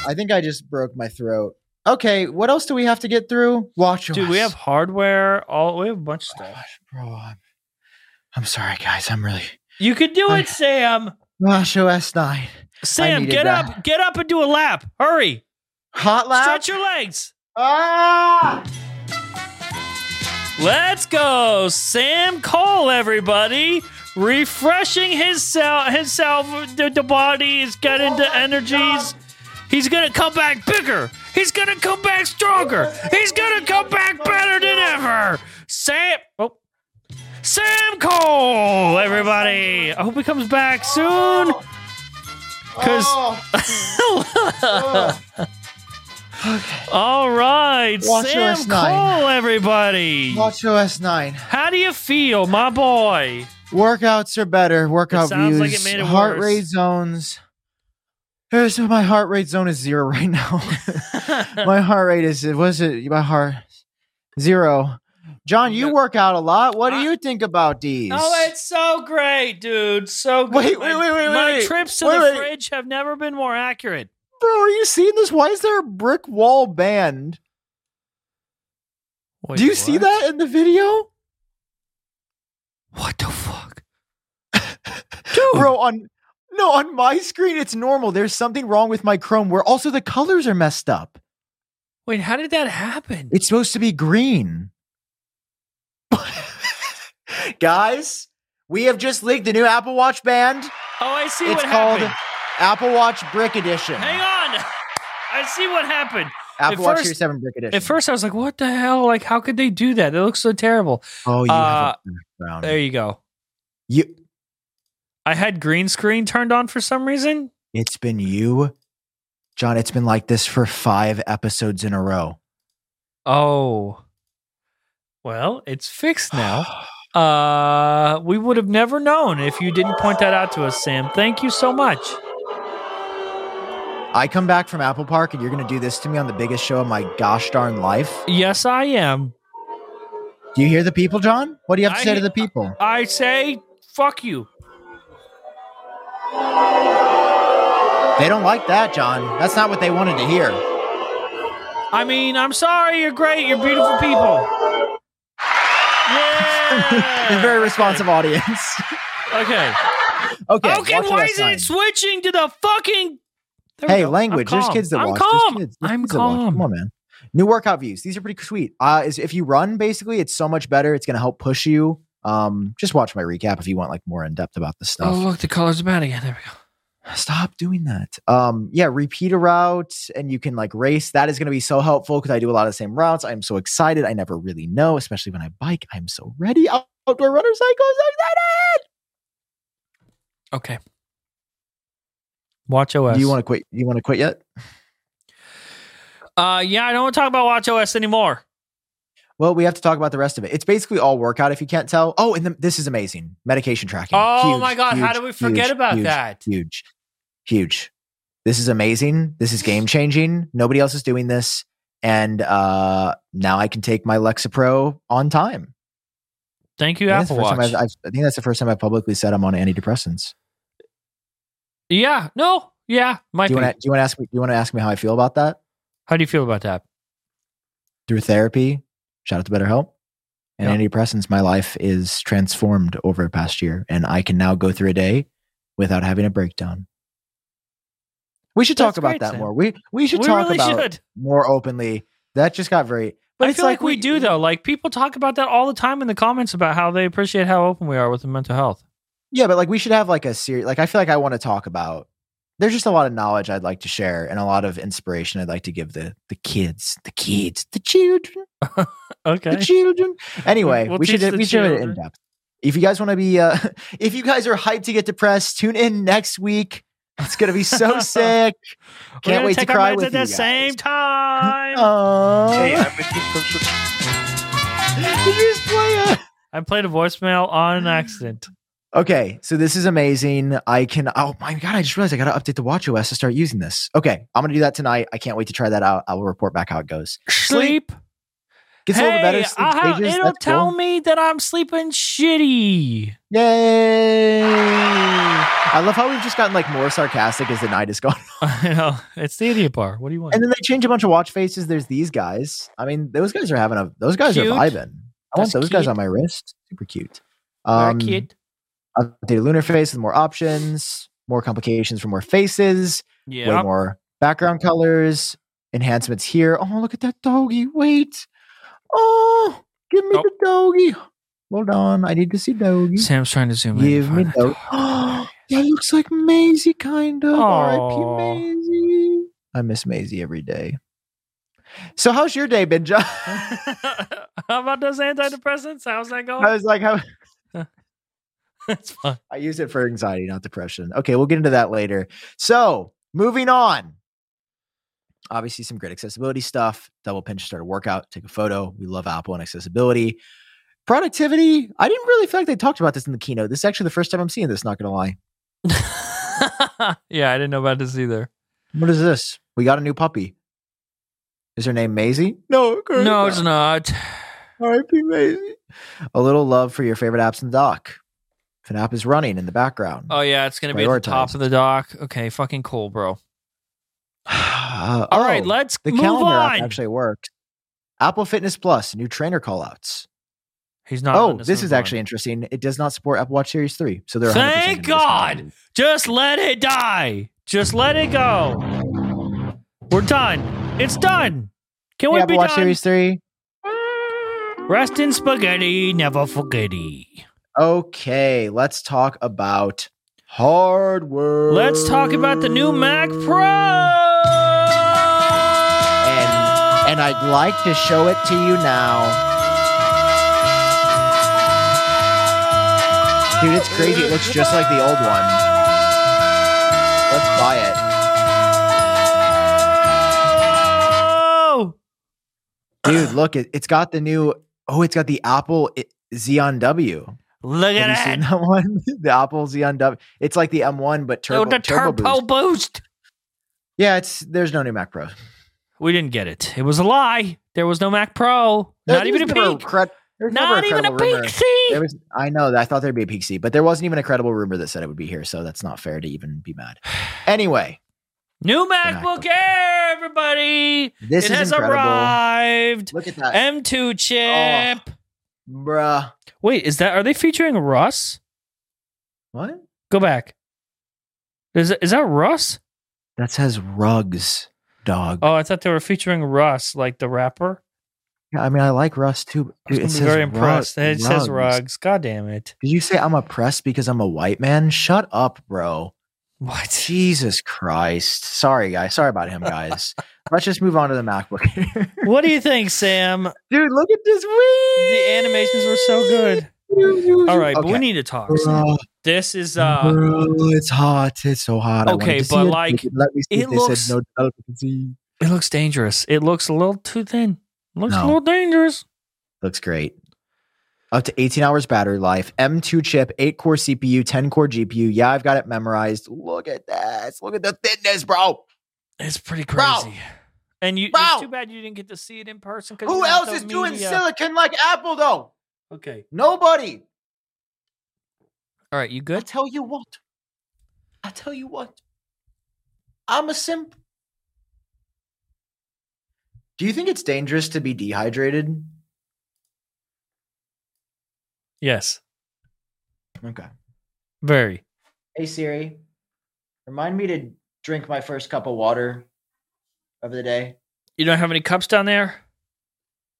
Speaker 1: I think I just broke my throat. Okay, what else do we have to get through? Watch
Speaker 2: Dude, we have hardware. All we have a bunch of stuff.
Speaker 1: Bro, I'm, I'm sorry, guys. I'm really.
Speaker 2: You
Speaker 1: <sighs>
Speaker 2: could do
Speaker 1: I-
Speaker 2: it, Sam.
Speaker 1: Watch OS 9.
Speaker 2: Sam,
Speaker 1: needed
Speaker 2: get
Speaker 1: that. Uh,
Speaker 2: up, get up, and do a lap. Hurry,
Speaker 1: Hot lap.
Speaker 2: stretch your legs.
Speaker 1: Ah!
Speaker 2: Let's go, Sam Cole, everybody. Refreshing himself, himself. The, the body is getting
Speaker 1: Oh
Speaker 2: the energies. He's gonna come back bigger. He's gonna come back stronger. He's gonna come
Speaker 1: Oh
Speaker 2: back better than ever. Sam, oh, Sam Cole, everybody. I hope he comes
Speaker 1: <laughs>
Speaker 2: back soon. <laughs>
Speaker 1: Oh, oh. okay.
Speaker 2: All right,
Speaker 1: Watch
Speaker 2: Sam
Speaker 1: OS nine.
Speaker 2: Cole, everybody.
Speaker 1: Watch OS 9.
Speaker 2: How do you feel, my
Speaker 1: <laughs>
Speaker 2: boy?
Speaker 1: Workouts are better. Workout
Speaker 2: sounds
Speaker 1: views.
Speaker 2: like it made it
Speaker 1: heart
Speaker 2: worse.
Speaker 1: rate zones. Here's my heart rate zone is zero <laughs> right
Speaker 2: <laughs>
Speaker 1: now. my heart rate is it was it my heart zero. John, you
Speaker 2: Yeah.
Speaker 1: work out a lot. What do
Speaker 2: I-
Speaker 1: you think about these?
Speaker 2: Oh, it's so great, dude. So good.
Speaker 1: Wait, wait,
Speaker 2: My-
Speaker 1: wait, wait,
Speaker 2: My
Speaker 1: wait.
Speaker 2: trips to
Speaker 1: Wait,
Speaker 2: the
Speaker 1: wait.
Speaker 2: fridge have never been more accurate.
Speaker 1: bro, are you seeing this? Why is there a brick wall band?
Speaker 2: Wait,
Speaker 1: do you see
Speaker 2: what?
Speaker 1: that in the video?
Speaker 2: What the fuck?
Speaker 1: Bro, on no, on my screen it's normal. There's something wrong with my Chrome where also the colors are messed up.
Speaker 2: Wait, how did that happen?
Speaker 1: It's supposed to be green. <laughs> Guys, we have just leaked the new Apple Watch band.
Speaker 2: oh, I see
Speaker 1: it's
Speaker 2: what
Speaker 1: called
Speaker 2: happened.
Speaker 1: Apple Watch Brick Edition.
Speaker 2: Hang on. <laughs> I see what happened.
Speaker 1: Apple
Speaker 2: At
Speaker 1: Watch
Speaker 2: first-
Speaker 1: Series 7 Brick Edition.
Speaker 2: At first, I was like, what the hell? Like, how could they do that? That looks so terrible.
Speaker 1: oh, you
Speaker 2: uh,
Speaker 1: have a background.
Speaker 2: There you go.
Speaker 1: You-
Speaker 2: I had green screen turned on for some reason.
Speaker 1: it's been you, John. It's been like this for five episodes in a row.
Speaker 2: Oh. Well, it's fixed
Speaker 1: <sighs>
Speaker 2: now. Uh, we would have never known if you didn't point that out to us, Sam. Thank you so much.
Speaker 1: I come back from Apple Park and you're going to do this to me on the biggest show of my gosh darn life.
Speaker 2: Yes, I am.
Speaker 1: Do you hear the people, John? What do you have to
Speaker 2: I
Speaker 1: say to
Speaker 2: hear-
Speaker 1: the people?
Speaker 2: I say, fuck you.
Speaker 1: They don't like that, John. That's not what they wanted to hear.
Speaker 2: I mean, I'm sorry. You're great. You're beautiful people.
Speaker 1: <laughs> You're
Speaker 2: Yeah.
Speaker 1: a very responsive audience. <laughs>
Speaker 2: Okay.
Speaker 1: Okay.
Speaker 2: Okay.
Speaker 1: watch
Speaker 2: why
Speaker 1: OS
Speaker 2: isn't
Speaker 1: nine.
Speaker 2: it switching to the fucking? There we
Speaker 1: Hey,
Speaker 2: go. I'm
Speaker 1: language. There's
Speaker 2: calm.
Speaker 1: kids that
Speaker 2: I'm
Speaker 1: watch. There's
Speaker 2: Calm.
Speaker 1: kids- there's
Speaker 2: I'm
Speaker 1: kids that watch.
Speaker 2: calm.
Speaker 1: Come on, man. New workout views. These are pretty sweet. Uh, is if you run, basically, it's so much better. It's going to help push you. Um, just watch my recap if you want like more in depth about this stuff.
Speaker 2: Oh, look, the colors are bad again. There we go.
Speaker 1: Stop doing that. Um, yeah, repeat a route, and you can like race. That is going to be so helpful because I do a lot of the same routes. I'm so excited. I never really know, especially when I bike. I'm so ready. Out- Outdoor runner cycles.
Speaker 2: Okay. Watch
Speaker 1: I'm
Speaker 2: OS.
Speaker 1: ready. Do you want to quit? You want to quit yet?
Speaker 2: Uh, yeah, I don't want to talk about Watch OS anymore.
Speaker 1: Well, we have to talk about the rest of it. It's basically all workout if you can't tell. Oh, and the, this is amazing. Medication tracking.
Speaker 2: Oh
Speaker 1: Huge,
Speaker 2: my God, how
Speaker 1: huge,
Speaker 2: did we forget
Speaker 1: huge,
Speaker 2: about
Speaker 1: huge,
Speaker 2: that?
Speaker 1: Huge. Huge. This is amazing. This is game changing. Nobody else is doing this. And uh, now I can take my Lexapro on time.
Speaker 2: Thank you,
Speaker 1: I think that's the
Speaker 2: Apple
Speaker 1: first time
Speaker 2: Watch.
Speaker 1: I've- I've- I think that's the first time I've publicly said I'm on antidepressants.
Speaker 2: yeah. No. Yeah. Might
Speaker 1: Do you
Speaker 2: be.
Speaker 1: want to do you want to ask me? Do you want to ask me how I feel about that
Speaker 2: How do you feel about that?
Speaker 1: through therapy? Shout out to BetterHelp and
Speaker 2: Yeah.
Speaker 1: antidepressants. My life is transformed over the past year, and I can now go through a day without having a breakdown. We should talk
Speaker 2: That's
Speaker 1: about
Speaker 2: great,
Speaker 1: that
Speaker 2: Sam.
Speaker 1: more. We we should
Speaker 2: we
Speaker 1: talk
Speaker 2: really
Speaker 1: about
Speaker 2: should.
Speaker 1: more openly. That just got very. But
Speaker 2: I
Speaker 1: it's
Speaker 2: feel like, we, do though. Like people talk about that all the time in the comments about how they appreciate how open we are with the mental health.
Speaker 1: Yeah, but like we should have like a series. Like I feel like I want to talk about. There's just a lot of knowledge I'd like to share and a lot of inspiration I'd like to give the the kids, the kids, the children,
Speaker 2: Okay.
Speaker 1: the children.
Speaker 2: <laughs>
Speaker 1: Anyway,
Speaker 2: We'll
Speaker 1: we should
Speaker 2: teach the
Speaker 1: we should do it in
Speaker 2: children.
Speaker 1: depth. If you guys want to be, uh, <laughs> if you guys are hyped to get depressed, tune in next week. It's gonna be
Speaker 2: <laughs>
Speaker 1: so sick.
Speaker 2: We're
Speaker 1: Can't
Speaker 2: gonna
Speaker 1: wait to
Speaker 2: take our
Speaker 1: cry
Speaker 2: meds
Speaker 1: with
Speaker 2: at
Speaker 1: you
Speaker 2: the
Speaker 1: guys.
Speaker 2: same time. <laughs>
Speaker 1: Aww.
Speaker 4: Hey,
Speaker 1: <laughs>
Speaker 4: I'm Richard from
Speaker 1: Did you just play a- <laughs>
Speaker 2: I played a voicemail on accident.
Speaker 1: Okay, so this is amazing. I can. Oh my god! I just realized I got to update the watch OS to start using this. Okay, I'm gonna do that tonight. I can't wait to try that out. I will report back how it goes.
Speaker 2: Sleep.
Speaker 1: Gets a
Speaker 2: hey,
Speaker 1: little better. Sleep
Speaker 2: I'll-
Speaker 1: stages.
Speaker 2: it'll
Speaker 1: That's
Speaker 2: tell
Speaker 1: cool.
Speaker 2: me that I'm sleeping shitty. <laughs>
Speaker 1: Yay! I love how we've just gotten like more sarcastic as the night has gone.
Speaker 2: I know it's the idiot bar. What do you want?
Speaker 1: And then they change a bunch of watch faces. There's these guys. I mean, those guys are having a. Those guys
Speaker 2: Cute.
Speaker 1: are vibing. I want
Speaker 2: That's
Speaker 1: those guys
Speaker 2: cute.
Speaker 1: on my wrist. Super cute.
Speaker 2: Very
Speaker 1: Um,
Speaker 2: cute.
Speaker 1: Updated lunar face with more options, more complications for more faces. way
Speaker 2: Yeah.
Speaker 1: more background colors, enhancements here. Oh, look at that doggy. Wait. Oh, give me
Speaker 2: Oh.
Speaker 1: the doggy. Hold on. I need to see doggy.
Speaker 2: Sam's trying to zoom in.
Speaker 1: Give me <gasps> doggy. Oh, that looks like Maisie, kind of.
Speaker 2: Aw.
Speaker 1: R.I.P. Maisie. I miss Maisie every day. So, how's your day been, John? <laughs>
Speaker 2: <laughs> How about those antidepressants? How's that
Speaker 1: I
Speaker 2: <laughs> going?
Speaker 1: was like, how.
Speaker 2: That's fun.
Speaker 1: I use it for anxiety, not depression. Okay, we'll get into that later. So, moving on. Obviously, some great accessibility stuff. Double pinch, start a workout, take a photo. We love Apple and accessibility. Productivity. I didn't really feel like they talked about this in the keynote. This is actually the first time I'm seeing this, not going to lie.
Speaker 2: <laughs> yeah, I didn't know about this either.
Speaker 1: What is this? We got a new puppy. Is her name Maisie? No,
Speaker 2: No, it's not.
Speaker 1: R.I.P. Maisie. A little love for your favorite apps in the dock. If an app is running in the background.
Speaker 2: Oh yeah, it's gonna be at the top
Speaker 1: Prioritized.
Speaker 2: of the dock. Okay, fucking cool, bro.
Speaker 1: <sighs> Uh,
Speaker 2: All right,
Speaker 1: oh.
Speaker 2: let's
Speaker 1: The
Speaker 2: move
Speaker 1: calendar app
Speaker 2: on.
Speaker 1: actually works. Apple Fitness Plus, new trainer callouts.
Speaker 2: He's not.
Speaker 1: Oh,
Speaker 2: letting us
Speaker 1: this
Speaker 2: move
Speaker 1: is
Speaker 2: on.
Speaker 1: actually interesting. It does not support Apple Watch Series 3. So they're 100% gonna
Speaker 2: Thank
Speaker 1: discontinue
Speaker 2: God.
Speaker 1: it.
Speaker 2: Just let it die. Just let it go. We're done. It's done. Can
Speaker 1: The
Speaker 2: we
Speaker 1: Apple
Speaker 2: be
Speaker 1: Watch
Speaker 2: done?
Speaker 1: Series 3.
Speaker 2: Rest in spaghetti, never forgetty.
Speaker 1: Okay, let's talk about hardware.
Speaker 2: Let's talk about the new Mac Pro.
Speaker 1: And and I'd like to show it to you now. Dude, it's crazy. It looks just like the old one. Let's buy it.
Speaker 2: Oh,
Speaker 1: dude look it, it's got the new oh it's got the apple i- xeon w have
Speaker 2: look
Speaker 1: you
Speaker 2: at
Speaker 1: seen
Speaker 2: that!
Speaker 1: that <laughs> one the apple xeon w it's like the m1 but turbo,
Speaker 2: oh, the
Speaker 1: turbo,
Speaker 2: turbo
Speaker 1: boost.
Speaker 2: boost.
Speaker 1: yeah it's there's no new mac pro
Speaker 2: We didn't get it. It was a lie. There was no Mac Pro.
Speaker 1: There-
Speaker 2: Not
Speaker 1: there was
Speaker 2: even a
Speaker 1: never
Speaker 2: peek.
Speaker 1: cred- there was never
Speaker 2: Not even a
Speaker 1: credible rumor.
Speaker 2: peek. See? <laughs>
Speaker 1: there was, I know. I thought there'd be a peak seat, but there wasn't even a credible rumor that said it would be here, so that's not fair to even be mad. Anyway,
Speaker 2: New
Speaker 1: MacBook
Speaker 2: MacBook Air, everybody.
Speaker 1: this
Speaker 2: it
Speaker 1: is
Speaker 2: has
Speaker 1: incredible.
Speaker 2: arrived.
Speaker 1: Look at that,
Speaker 2: M2
Speaker 1: Oh.
Speaker 2: chip.
Speaker 1: bruh.
Speaker 2: Wait, is that are they featuring Russ?
Speaker 1: What?
Speaker 2: Go back. Is is that Russ?
Speaker 1: That says rugs, dog.
Speaker 2: Oh, I thought they were featuring Russ, like the rapper.
Speaker 1: Yeah, I mean, I like Russ too.
Speaker 2: I
Speaker 1: but dude, it
Speaker 2: was gonna be
Speaker 1: says
Speaker 2: very
Speaker 1: rug-
Speaker 2: impressed. it
Speaker 1: rugs.
Speaker 2: says rugs. God damn it.
Speaker 1: Did you say I'm oppressed because I'm a white man? Shut up, bro.
Speaker 2: What?
Speaker 1: Jesus Christ. Sorry, guys. Sorry about him,
Speaker 2: <laughs>
Speaker 1: guys. Let's just move on to the MacBook. <laughs>
Speaker 2: what do you think, Sam?
Speaker 1: Dude, look at this wee.
Speaker 2: The animations were so good. All right, but we need to talk. Sam.
Speaker 1: Bro,
Speaker 2: This is uh
Speaker 1: it's hot. It's so hot. I wanted
Speaker 2: okay,
Speaker 1: to see
Speaker 2: but
Speaker 1: it. They
Speaker 2: like,
Speaker 1: didn't let me see
Speaker 2: it
Speaker 1: They
Speaker 2: looks-
Speaker 1: said no development.
Speaker 2: it looks dangerous. It looks a little too thin. Looks a
Speaker 1: No.
Speaker 2: little dangerous.
Speaker 1: Looks great. up to 18 hours battery life, M2 chip, 8 core CPU, 10 core GPU. Yeah, I've got it memorized. Look at this. Look at the thickness, bro.
Speaker 2: It's pretty
Speaker 1: Bro.
Speaker 2: crazy. And you,
Speaker 1: Bro.
Speaker 2: it's too bad you didn't get to see it in person. 'cause
Speaker 1: Who
Speaker 2: you're
Speaker 1: else
Speaker 2: not
Speaker 1: is
Speaker 2: the
Speaker 1: doing
Speaker 2: media.
Speaker 1: silicon like Apple, though?
Speaker 2: Okay.
Speaker 1: Nobody.
Speaker 2: All right. You
Speaker 1: I
Speaker 2: good?
Speaker 1: tell you what. I tell you what. I'm a simp. Do you think it's dangerous to be dehydrated?
Speaker 2: Yes.
Speaker 1: Okay.
Speaker 2: Very.
Speaker 1: Hey Siri, remind me to drink my first cup of water of the day.
Speaker 2: You don't have any cups down there?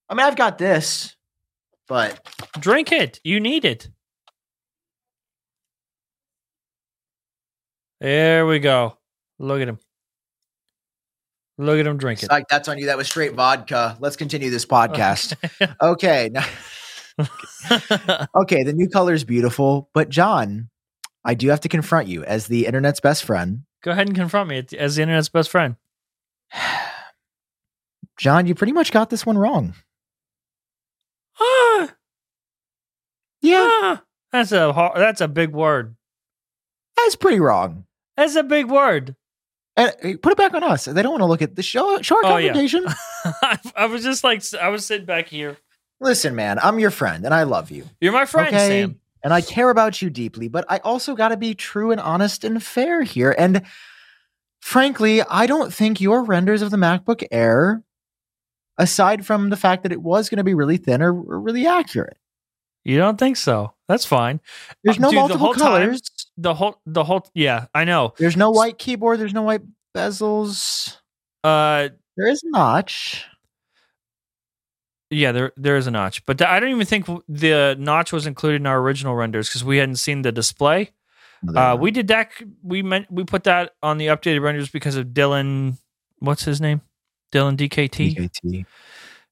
Speaker 1: I mean, I've got this, but
Speaker 2: Drink it. You need it. There we go. Look at him. Look at him drinking.
Speaker 1: Psych, that's on you. That was straight vodka. Let's continue this podcast. okay. Now, okay. The new color is beautiful, but John, I do have to confront you as the internet's best friend.
Speaker 2: <laughs> Go ahead and confront me as the internet's best friend.
Speaker 1: John, you pretty much got this one wrong.
Speaker 2: Ah,
Speaker 1: Yeah,
Speaker 2: ah. That's a har- that's a big word.
Speaker 1: that's pretty wrong.
Speaker 2: That's a big word.
Speaker 1: And hey, put it back on us. They don't want to look at the show. Show our
Speaker 2: Oh, yeah.
Speaker 1: congregation.
Speaker 2: <laughs> I, I was just like I was sitting back here.
Speaker 1: Listen, man, I'm your friend, and I love you.
Speaker 2: You're my friend,
Speaker 1: Okay.
Speaker 2: Sam.
Speaker 1: and I care about you deeply, but I also got to be true and honest and fair here. And frankly, I don't think your renders of the MacBook Air, aside from the fact that it was going to be really thin, are, are really accurate.
Speaker 2: You don't think so? That's fine.
Speaker 1: There's
Speaker 2: Uh,
Speaker 1: no
Speaker 2: dude, the
Speaker 1: multiple
Speaker 2: whole time-
Speaker 1: colors.
Speaker 2: The whole the whole yeah, I know.
Speaker 1: There's no white keyboard. There's no white bezels.
Speaker 2: Uh
Speaker 1: There is notch.
Speaker 2: yeah, there there is a notch, but the- I don't even think w- the notch was included in our original renders because we hadn't seen the display. Uh, we did that. c- We meant we put that on the updated renders because of Dylan. What's his name? Dylan DKT.
Speaker 1: DKT.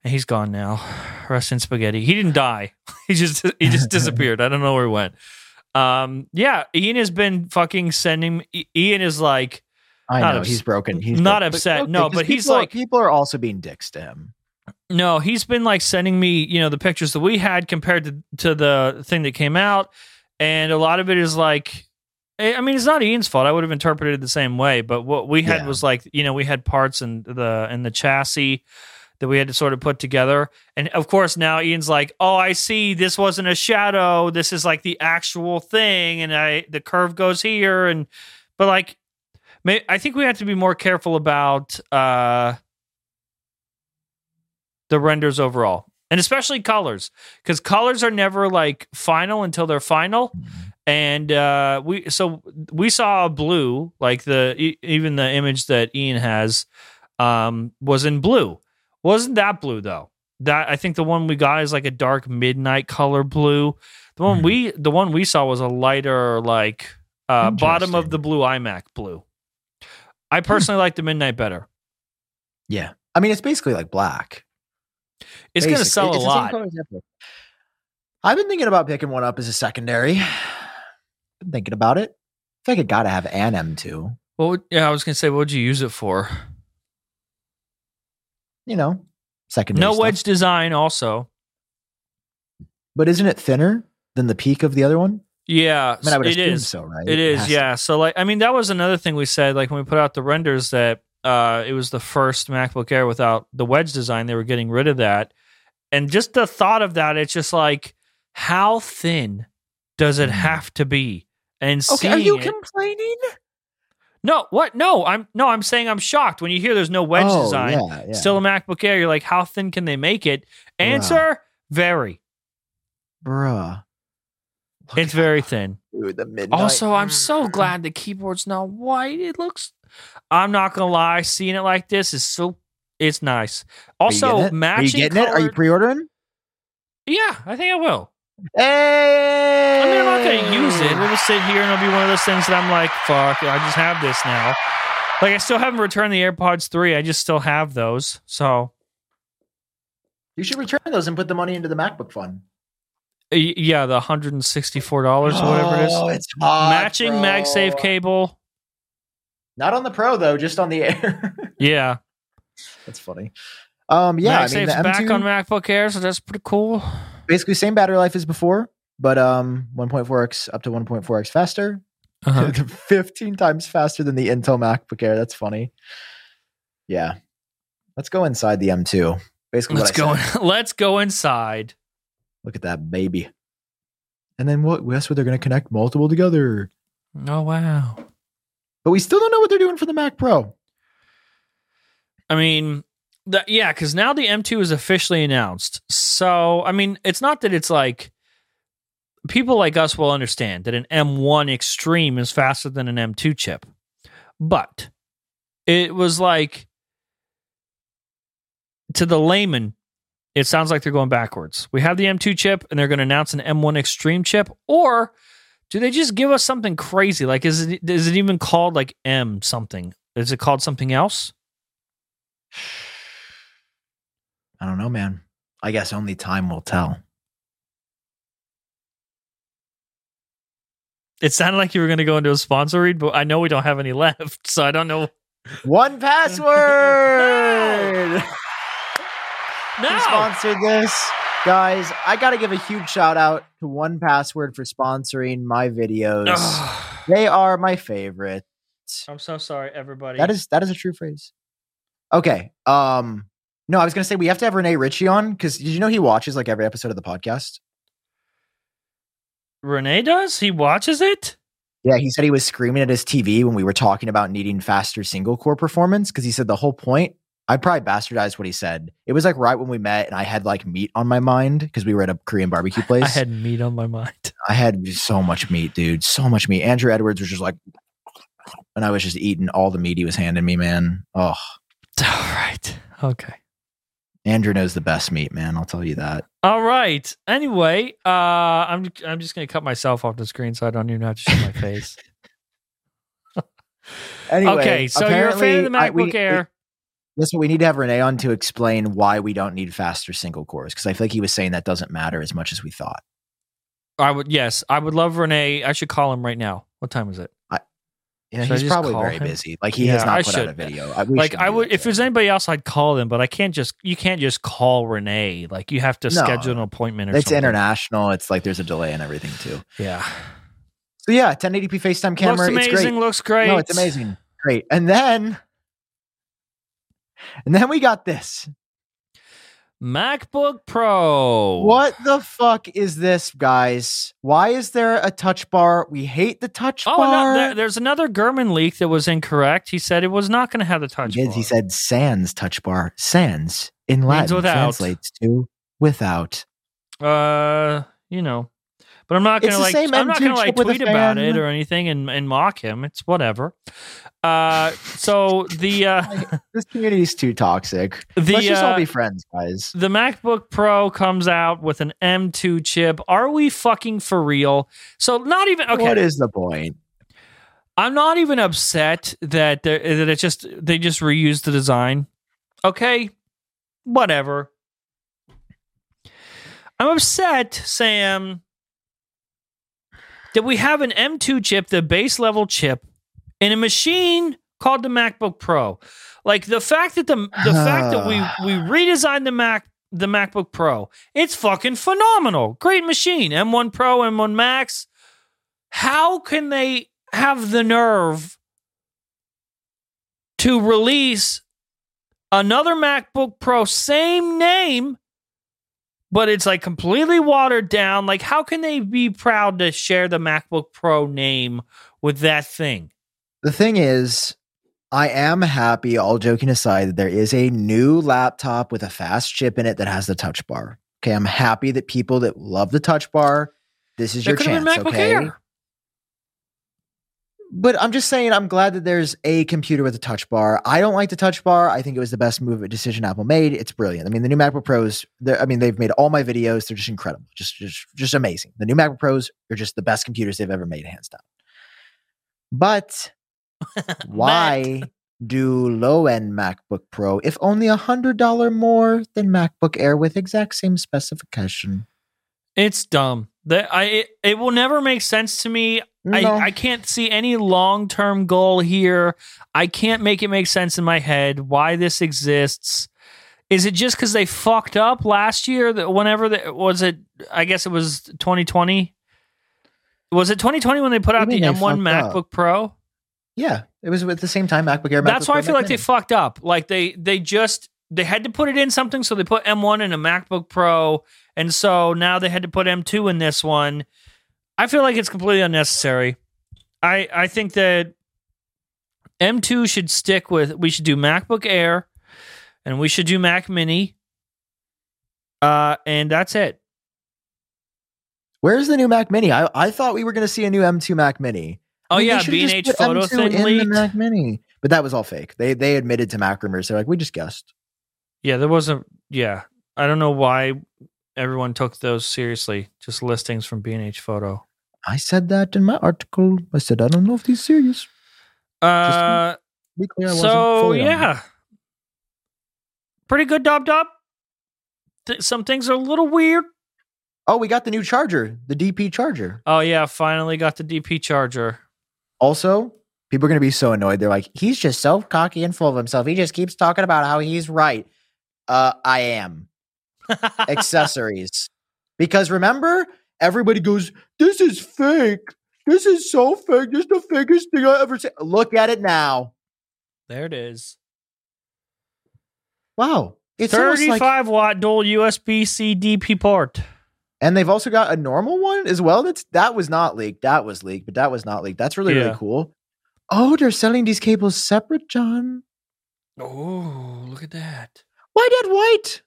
Speaker 2: And He's gone now. Rest in spaghetti. He didn't die. <laughs> He just he just disappeared. I don't know where he went. Um, yeah, Ian has been fucking sending. I- Ian is like,
Speaker 1: I
Speaker 2: Not
Speaker 1: know
Speaker 2: obs-
Speaker 1: he's broken. He's
Speaker 2: not
Speaker 1: broken. But
Speaker 2: upset,
Speaker 1: okay,
Speaker 2: no,
Speaker 1: 'cause
Speaker 2: but he's
Speaker 1: people are-
Speaker 2: like-
Speaker 1: people are also being dicks to him.
Speaker 2: no, he's been like sending me, you know, the pictures that we had compared to to the thing that came out, and a lot of it is like, eh, I I mean, it's not Ian's fault. I would have interpreted it the same way, but what we had
Speaker 1: Yeah.
Speaker 2: was like, you know, we had parts and the and the chassis that we had to sort of put together. And of course, now Ian's like, "Oh, I see. This wasn't a shadow. This is like the actual thing." And I, the curve goes here, and but like, may, I think we have to be more careful about uh the renders overall, and especially colors, because colors are never like final until they're final. And uh, we so we saw a blue, like the e- even the image that Ian has um, was in blue. Wasn't that blue though? That I think the one we got is like a dark midnight color blue. The one
Speaker 1: Hmm.
Speaker 2: we the one we saw was a lighter like uh, bottom
Speaker 1: Interesting.
Speaker 2: of
Speaker 1: Hmm.
Speaker 2: the blue iMac blue. I personally like the midnight better.
Speaker 1: Yeah. I mean, it's basically like black.
Speaker 2: It's going to
Speaker 1: Basic-
Speaker 2: sell
Speaker 1: it's
Speaker 2: a
Speaker 1: the same
Speaker 2: lot.
Speaker 1: color as Apple. I've been thinking about picking one up as a secondary. <sighs> Been thinking about it. I think I gotta have an M2.
Speaker 2: What would, yeah, I was gonna say, what would you use it for?
Speaker 1: You know, secondary.
Speaker 2: No
Speaker 1: stuff.
Speaker 2: wedge design, also.
Speaker 1: but isn't it thinner than the peak of the other one?
Speaker 2: Yeah,
Speaker 1: I mean, I would
Speaker 2: it
Speaker 1: assume
Speaker 2: is.
Speaker 1: so, right?
Speaker 2: It
Speaker 1: has
Speaker 2: is,
Speaker 1: to-
Speaker 2: yeah. So, like, I mean, that was another thing we said, like, when we put out the renders that uh, it was the first MacBook Air without the wedge design. They were getting rid of that. And just the thought of that, it's just like, how thin does it
Speaker 1: Mm.
Speaker 2: have to be? And
Speaker 1: Okay, are
Speaker 2: seeing
Speaker 1: you
Speaker 2: it-
Speaker 1: complaining?
Speaker 2: no, what? No, I'm no, I'm saying I'm shocked when you hear there's no wedge
Speaker 1: oh,
Speaker 2: design.
Speaker 1: Yeah, yeah.
Speaker 2: Still a MacBook Air. You're like, how thin can they make it? Answer: very.
Speaker 1: bruh. Look
Speaker 2: It's
Speaker 1: at- <laughs>
Speaker 2: very thin.
Speaker 1: Dude, the midnight.
Speaker 2: Also, I'm so
Speaker 1: Mm.
Speaker 2: glad the keyboard's not white. It looks. I'm not gonna lie, seeing it like this is so. It's nice.
Speaker 1: Are you
Speaker 2: Also,
Speaker 1: getting it? Are you
Speaker 2: matching.
Speaker 1: getting it? Are you
Speaker 2: colored-
Speaker 1: pre-ordering?
Speaker 2: yeah, I think I will.
Speaker 1: Hey!
Speaker 2: I mean, I'm not gonna use it. It'll sit here and it'll be one of those things that I'm like, fuck. I just have this now. Like, I still haven't returned the AirPods three. I just still have those. So
Speaker 1: You should return those and put the money into the MacBook fund.
Speaker 2: y- yeah, the 164 dollars or whatever it is.
Speaker 1: Oh, it's hot,
Speaker 2: Matching
Speaker 1: bro.
Speaker 2: MagSafe cable.
Speaker 1: Not on the Pro though, just on the Air. <laughs>
Speaker 2: Yeah.
Speaker 1: that's funny. Um, yeah, I mean,
Speaker 2: MagSafe's
Speaker 1: the M2,
Speaker 2: back on MacBook Air, so that's pretty cool.
Speaker 1: basically same battery life as before, but um 1.4x up to 1.4x faster. <laughs>
Speaker 2: Uh-huh.
Speaker 1: 15 times faster than the Intel MacBook Air. That's funny. Yeah. Let's go inside the M2. Basically,
Speaker 2: Let's
Speaker 1: what I
Speaker 2: go.
Speaker 1: said.
Speaker 2: <laughs> Let's go inside.
Speaker 1: Look at that baby. And then what? That's what they're going to connect multiple together.
Speaker 2: Oh wow.
Speaker 1: But we still don't know what they're doing for the Mac Pro.
Speaker 2: I mean, that, yeah, because now the M2 is officially announced. So, I mean, it's not that it's like people like us will understand that an M1 Extreme is faster than an M2 chip, but it was like to the layman, it sounds like they're going backwards. We have the M2 chip and they're going to announce an M1 Extreme chip, or do they just give us something crazy? Like, is it, is it even called like M something? Is it called something else?
Speaker 1: I don't know, man. I guess only time will tell.
Speaker 2: It sounded like you were going to go into a sponsor read, but I know we don't have any left, so I don't know.
Speaker 1: One password. who
Speaker 2: No,
Speaker 1: sponsored this. Guys, I got to give a huge shout out to One Password for sponsoring my videos.
Speaker 2: Ugh.
Speaker 1: They are my favorite.
Speaker 2: I'm so sorry, everybody.
Speaker 1: That is that is a true phrase. Okay. Um no, I was gonna say we have to have Renee Ritchie on because did you know he watches like every episode of the podcast?
Speaker 2: Renee does. He watches it.
Speaker 1: Yeah, he said he was screaming at his TV when we were talking about needing faster single core performance because he said the whole point. I probably bastardized what he said. It was like right when we met, and I had like meat on my mind because we were at a Korean barbecue place.
Speaker 2: <laughs> I had meat on my mind. <laughs>
Speaker 1: I had so much meat, dude. So much meat. Andrew Edwards was just like, and I was just eating all the meat he was handing me, man. Oh,
Speaker 2: All right. Okay.
Speaker 1: Andrew knows the best meat, man. I'll tell you that.
Speaker 2: All right. Anyway, uh, I'm I'm just going to cut myself off the screen so I don't even have to show
Speaker 1: <laughs>
Speaker 2: my face.
Speaker 1: Anyway,
Speaker 2: okay. So you're a fan of the
Speaker 1: apparently, I- we-
Speaker 2: MacBook Air.
Speaker 1: we- Listen, we need to have Renee on to explain why we don't need faster single cores because I feel like he was saying that doesn't matter as much as we thought.
Speaker 2: I would yes. I would love Renee. I should call him right now. What time is it?
Speaker 1: Yeah,
Speaker 2: Should I
Speaker 1: he's
Speaker 2: just
Speaker 1: probably
Speaker 2: call
Speaker 1: very
Speaker 2: him?
Speaker 1: busy. Like he
Speaker 2: Yeah,
Speaker 1: has not
Speaker 2: I
Speaker 1: put out a
Speaker 2: should.
Speaker 1: video. I, we
Speaker 2: like
Speaker 1: should
Speaker 2: I
Speaker 1: do
Speaker 2: would,
Speaker 1: that,
Speaker 2: if there's
Speaker 1: yeah.
Speaker 2: anybody else, I'd call them. But I can't just you can't just call Renee. Like you have to
Speaker 1: No.
Speaker 2: schedule an appointment. or
Speaker 1: it's
Speaker 2: something.
Speaker 1: international. It's like there's a delay and everything too.
Speaker 2: Yeah,
Speaker 1: So yeah, 1080p FaceTime camera.
Speaker 2: looks amazing.
Speaker 1: It's great.
Speaker 2: Looks great.
Speaker 1: No, it's amazing. Great. And then and then we got this.
Speaker 2: MacBook Pro.
Speaker 1: What the fuck is this, guys? Why is there a touch bar? We hate the touch
Speaker 2: Oh,
Speaker 1: bar.
Speaker 2: no, there, there's another Gurman leak that was incorrect. He said it was not going to have the touch
Speaker 1: he, did.
Speaker 2: bar.
Speaker 1: He said sans touch bar. Sans in Latin
Speaker 2: without.
Speaker 1: translates to without.
Speaker 2: uh, you know, but I'm not
Speaker 1: It's
Speaker 2: going to
Speaker 1: the
Speaker 2: like.
Speaker 1: same
Speaker 2: I'm not
Speaker 1: M2
Speaker 2: going to like
Speaker 1: chip with a
Speaker 2: tweet about
Speaker 1: fan.
Speaker 2: it or anything and and mock him. It's whatever. Uh, so the uh
Speaker 1: This community is too toxic.
Speaker 2: the
Speaker 1: Let's just all
Speaker 2: uh,
Speaker 1: be friends, guys.
Speaker 2: The MacBook Pro comes out with an M2 chip. Are we fucking for real? So not even okay.
Speaker 1: What is the point?
Speaker 2: I'm not even upset that they're- that it just they just reused the design. Okay, whatever. I'm upset, Sam, that we have an M2 chip, the base level chip, in a machine called the MacBook Pro. Like the fact that the the fact that we we redesigned the Mac the MacBook Pro, it's fucking phenomenal. Great machine, M1 Pro, M1 Max. How can they have the nerve to release another MacBook Pro, same name, but it's like completely watered down. Like, how can they be proud to share the MacBook Pro name with that thing?
Speaker 1: The thing is, I am happy, all joking aside, that there is a new laptop with a fast chip in it that has the touch bar. Okay. I'm happy that people that love the touch bar, this is
Speaker 2: There
Speaker 1: your
Speaker 2: could've
Speaker 1: chance. okay. But I'm just saying, I'm glad that there's a computer with a touch bar. I don't like the touch bar. I think it was the best move decision Apple made. It's brilliant. I mean, the new MacBook Pros. they're- I mean, they've made all my videos. They're just incredible. Just, just, just amazing. The new MacBook Pros are just the best computers they've ever made, hands down.
Speaker 2: <laughs>
Speaker 1: But why do low-end MacBook Pro if only a hundred dollar more than MacBook Air with exact same specification?
Speaker 2: It's dumb. That I it, it will never make sense to me.
Speaker 1: No.
Speaker 2: I, I can't see any long term goal here. I can't make it make sense in my head why this exists. Is it just because they fucked up last year? That whenever the, was it? I guess it was 2020. Was it 2020 when they put
Speaker 1: What
Speaker 2: out
Speaker 1: do
Speaker 2: the
Speaker 1: you mean they
Speaker 2: M1
Speaker 1: fucked
Speaker 2: MacBook
Speaker 1: up?
Speaker 2: Pro?
Speaker 1: Yeah, it was at the same time MacBook Air.
Speaker 2: That's
Speaker 1: MacBook
Speaker 2: why I
Speaker 1: Pro,
Speaker 2: feel
Speaker 1: Mac
Speaker 2: like they
Speaker 1: Mini.
Speaker 2: fucked up. Like they they just they had to put it in something, so they put M1 in a MacBook Pro, and so now they had to put M2 in this one. I feel like it's completely unnecessary. I I think that M2 should stick with we should do MacBook Air and we should do Mac Mini. Uh and that's it.
Speaker 1: Where's the new Mac Mini? I, I thought we were going to see a new M2 Mac Mini.
Speaker 2: Oh
Speaker 1: I mean, they
Speaker 2: yeah,
Speaker 1: should've just
Speaker 2: B&H
Speaker 1: put
Speaker 2: photo
Speaker 1: M2 in
Speaker 2: thing
Speaker 1: the
Speaker 2: leaked.
Speaker 1: Mac Mini, but that was all fake. They they admitted to Mac rumors. They're like, we just guessed.
Speaker 2: Yeah, there wasn't. Yeah, I don't know why everyone took those seriously. Just listings from B and H Photo.
Speaker 1: I said that in my article. I said I don't know if these serious.
Speaker 2: Uh,
Speaker 1: Be clear, I wasn't
Speaker 2: so
Speaker 1: fully on it.
Speaker 2: yeah, pretty good. Dob dob. Th- some things are a little weird.
Speaker 1: Oh, we got the new charger, the DP charger.
Speaker 2: Oh yeah, finally got the DP charger. <laughs>
Speaker 1: Also, people are going to be so annoyed. They're like, he's just so cocky and full of himself. He just keeps talking about how he's right. Uh, I
Speaker 2: <laughs>
Speaker 1: am accessories because remember, everybody goes, "This is fake. This is so fake. This is the fakest thing I ever seen." Look at it now.
Speaker 2: there it is.
Speaker 1: Wow, it's almost like-
Speaker 2: Thirty-five watt dual USB C DP port.
Speaker 1: And they've also got a normal one as well. That's that was not leaked. That was leaked, but that was not leaked. That's really
Speaker 2: Yeah.
Speaker 1: really cool. Oh, they're selling these cables separate, John.
Speaker 2: Oh, look at that,
Speaker 1: Why that white?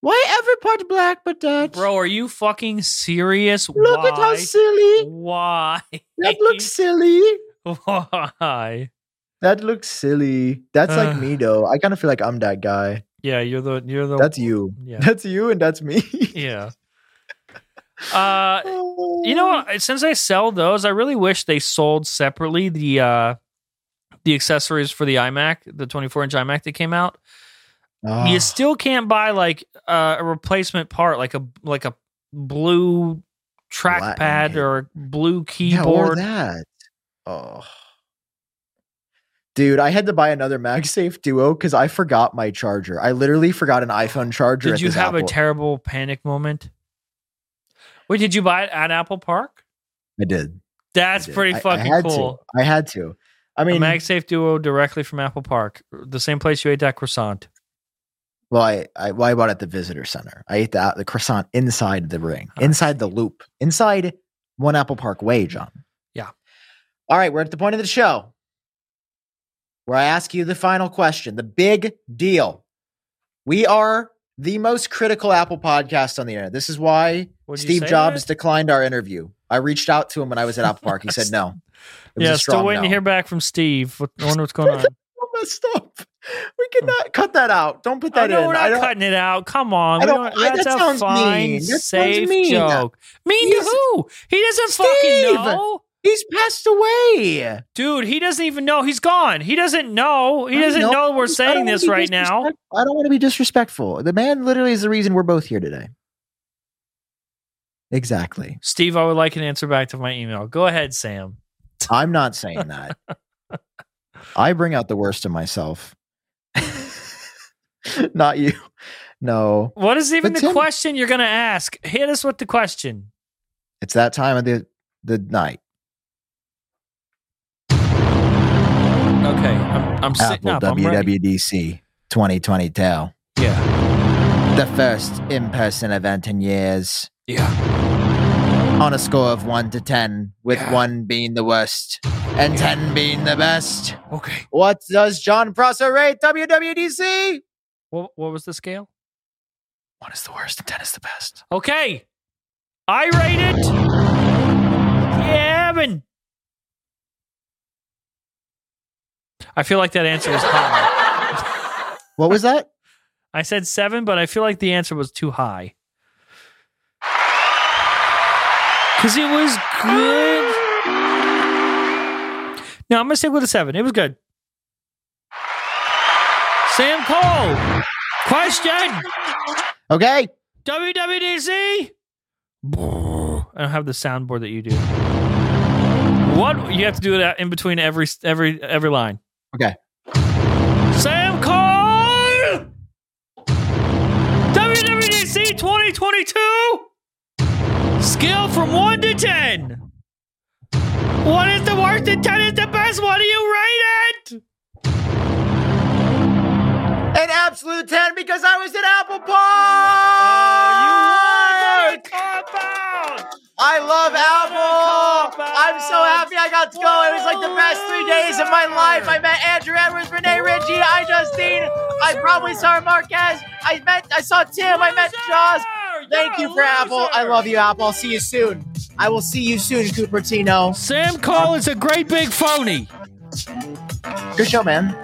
Speaker 1: Why every part black but that?
Speaker 2: bro! Are you fucking serious?
Speaker 1: look at how
Speaker 2: Why?
Speaker 1: silly.
Speaker 2: Why? <laughs>
Speaker 1: That looks silly.
Speaker 2: Why?
Speaker 1: That looks silly. That's like
Speaker 2: <sighs> Ugh.
Speaker 1: me though. I kind of feel like I'm that guy.
Speaker 2: Yeah, you're the you're the
Speaker 1: That's you.
Speaker 2: yeah
Speaker 1: That's you and that's me. <laughs>
Speaker 2: yeah. Uh,
Speaker 1: Oh.
Speaker 2: you know what? Since I sell those, I really wish they sold separately the uh the accessories for the iMac, the 24 inch iMac that came out.
Speaker 1: Ah,
Speaker 2: You still can't buy like uh, a replacement part, like a like a blue trackpad
Speaker 1: Lightning.
Speaker 2: or blue
Speaker 1: yeah, or
Speaker 2: keyboard.
Speaker 1: that. Oh. Dude, I had to buy another MagSafe Duo because I forgot my charger. I literally forgot an iPhone charger.
Speaker 2: did
Speaker 1: at
Speaker 2: you
Speaker 1: this
Speaker 2: have a
Speaker 1: Apple-
Speaker 2: terrible panic moment? Wait, did you buy it at Apple Park?
Speaker 1: I did. I
Speaker 2: That's
Speaker 1: did.
Speaker 2: pretty
Speaker 1: I- I
Speaker 2: fucking
Speaker 1: had to.
Speaker 2: cool.
Speaker 1: I had to. I
Speaker 2: A
Speaker 1: mean,
Speaker 2: MagSafe Duo directly from Apple Park, the same place you ate that croissant.
Speaker 1: Well, I, I well, I bought it at the visitor center. I ate the the croissant inside the ring,
Speaker 2: I
Speaker 1: inside the loop, inside One Apple Park Way, John.
Speaker 2: Yeah.
Speaker 1: All right, we're at the point of the show where I ask you the final question, the big deal. We are the most critical Apple podcast on the internet. This is why
Speaker 2: What'd you
Speaker 1: Steve
Speaker 2: say
Speaker 1: Jobs
Speaker 2: to
Speaker 1: declined our interview. I reached out to him when I was at Apple Park. He said
Speaker 2: <laughs>
Speaker 1: no. It
Speaker 2: it?
Speaker 1: was a
Speaker 2: yeah, still
Speaker 1: strong
Speaker 2: waiting to
Speaker 1: no.
Speaker 2: hear back from Steve. What- I wonder
Speaker 1: <laughs>
Speaker 2: what's going on.
Speaker 1: So <laughs> messed up. We
Speaker 2: <laughs>
Speaker 1: cannot cut that out. Don't put that
Speaker 2: I know
Speaker 1: in.
Speaker 2: we're
Speaker 1: I
Speaker 2: not
Speaker 1: don't-
Speaker 2: cutting it out. Come on,
Speaker 1: I
Speaker 2: We
Speaker 1: don't- I-
Speaker 2: that's
Speaker 1: that
Speaker 2: a
Speaker 1: sounds
Speaker 2: fine,
Speaker 1: mean. That sounds
Speaker 2: safe
Speaker 1: mean.
Speaker 2: joke. Mean to
Speaker 1: He's-
Speaker 2: who? He doesn't
Speaker 1: Steve!
Speaker 2: fucking know,
Speaker 1: He's passed away.
Speaker 2: dude. He doesn't even know he's gone. He doesn't know. He
Speaker 1: I
Speaker 2: doesn't know,
Speaker 1: know.
Speaker 2: we're
Speaker 1: I don't
Speaker 2: saying
Speaker 1: wanna
Speaker 2: this
Speaker 1: be
Speaker 2: right now.
Speaker 1: disrespect- I don't want to be disrespectful. The man literally is the reason we're both here today. Exactly.
Speaker 2: Steve, I would like an answer back to my email. Go ahead, Sam.
Speaker 1: I'm not saying
Speaker 2: <laughs>
Speaker 1: that. I bring out the worst in myself. <laughs> not you. No.
Speaker 2: What is even
Speaker 1: But
Speaker 2: the
Speaker 1: Tim-
Speaker 2: question you're going to ask? Hit us with the question.
Speaker 1: It's that time of the the night.
Speaker 2: Okay, I'm, I'm sitting
Speaker 1: Apple E
Speaker 2: up. I'm ready.
Speaker 1: WWDC 2020 Tell.
Speaker 2: Yeah.
Speaker 1: The first in-person event in years.
Speaker 2: Yeah.
Speaker 1: On a score of one to ten, with
Speaker 2: Yeah.
Speaker 1: one being the worst and
Speaker 2: Yeah.
Speaker 1: ten being the best.
Speaker 2: Okay.
Speaker 1: What does John Prosser rate E WWDC?
Speaker 2: What what was the scale?
Speaker 1: One is the worst and ten is the best.
Speaker 2: Okay. I rate it. Yeah, Evan. I feel like that answer was high.
Speaker 1: What was <laughs> that?
Speaker 2: I said seven, but I feel like the answer was too high. Cause it was good. No, I'm gonna stick with a seven. It was good. Sam Cole. Question.
Speaker 1: Okay.
Speaker 2: WWDC. I don't have the soundboard that you do. What you have to do that in between every every every line.
Speaker 1: Okay.
Speaker 2: Sam Cole 2022? Skill from 1 to 10. 1 is the worst and 10 is the best. What do you rate it?
Speaker 1: An absolute 10 because I was at Apple Pie!
Speaker 2: You won by a compound.
Speaker 1: I love Apple!
Speaker 2: compound.
Speaker 1: I'm so happy I got to go. It was like the best three days of my life. I met Andrew Edwards, Renee Ritchie, I Justine. I probably saw Marquez. I met I saw Tim. I met
Speaker 2: Loser!
Speaker 1: Jaws. Thank
Speaker 2: You're
Speaker 1: you
Speaker 2: a
Speaker 1: for Apple. I
Speaker 2: loser.
Speaker 1: love you, Apple. I'll see you soon. I will see you soon, Cupertino.
Speaker 2: Sam Cole is a great big phony.
Speaker 1: Good show, man.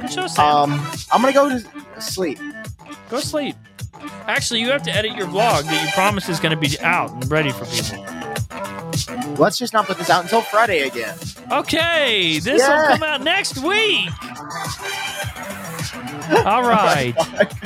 Speaker 2: Good show, Sam.
Speaker 1: Um, I'm gonna go to sleep.
Speaker 2: Go sleep. Actually, you have to edit your vlog that you promised is going to be out and ready for people.
Speaker 1: Let's just not put this out until Friday again.
Speaker 2: Okay, this will
Speaker 1: Yeah.
Speaker 2: come out next week. All right.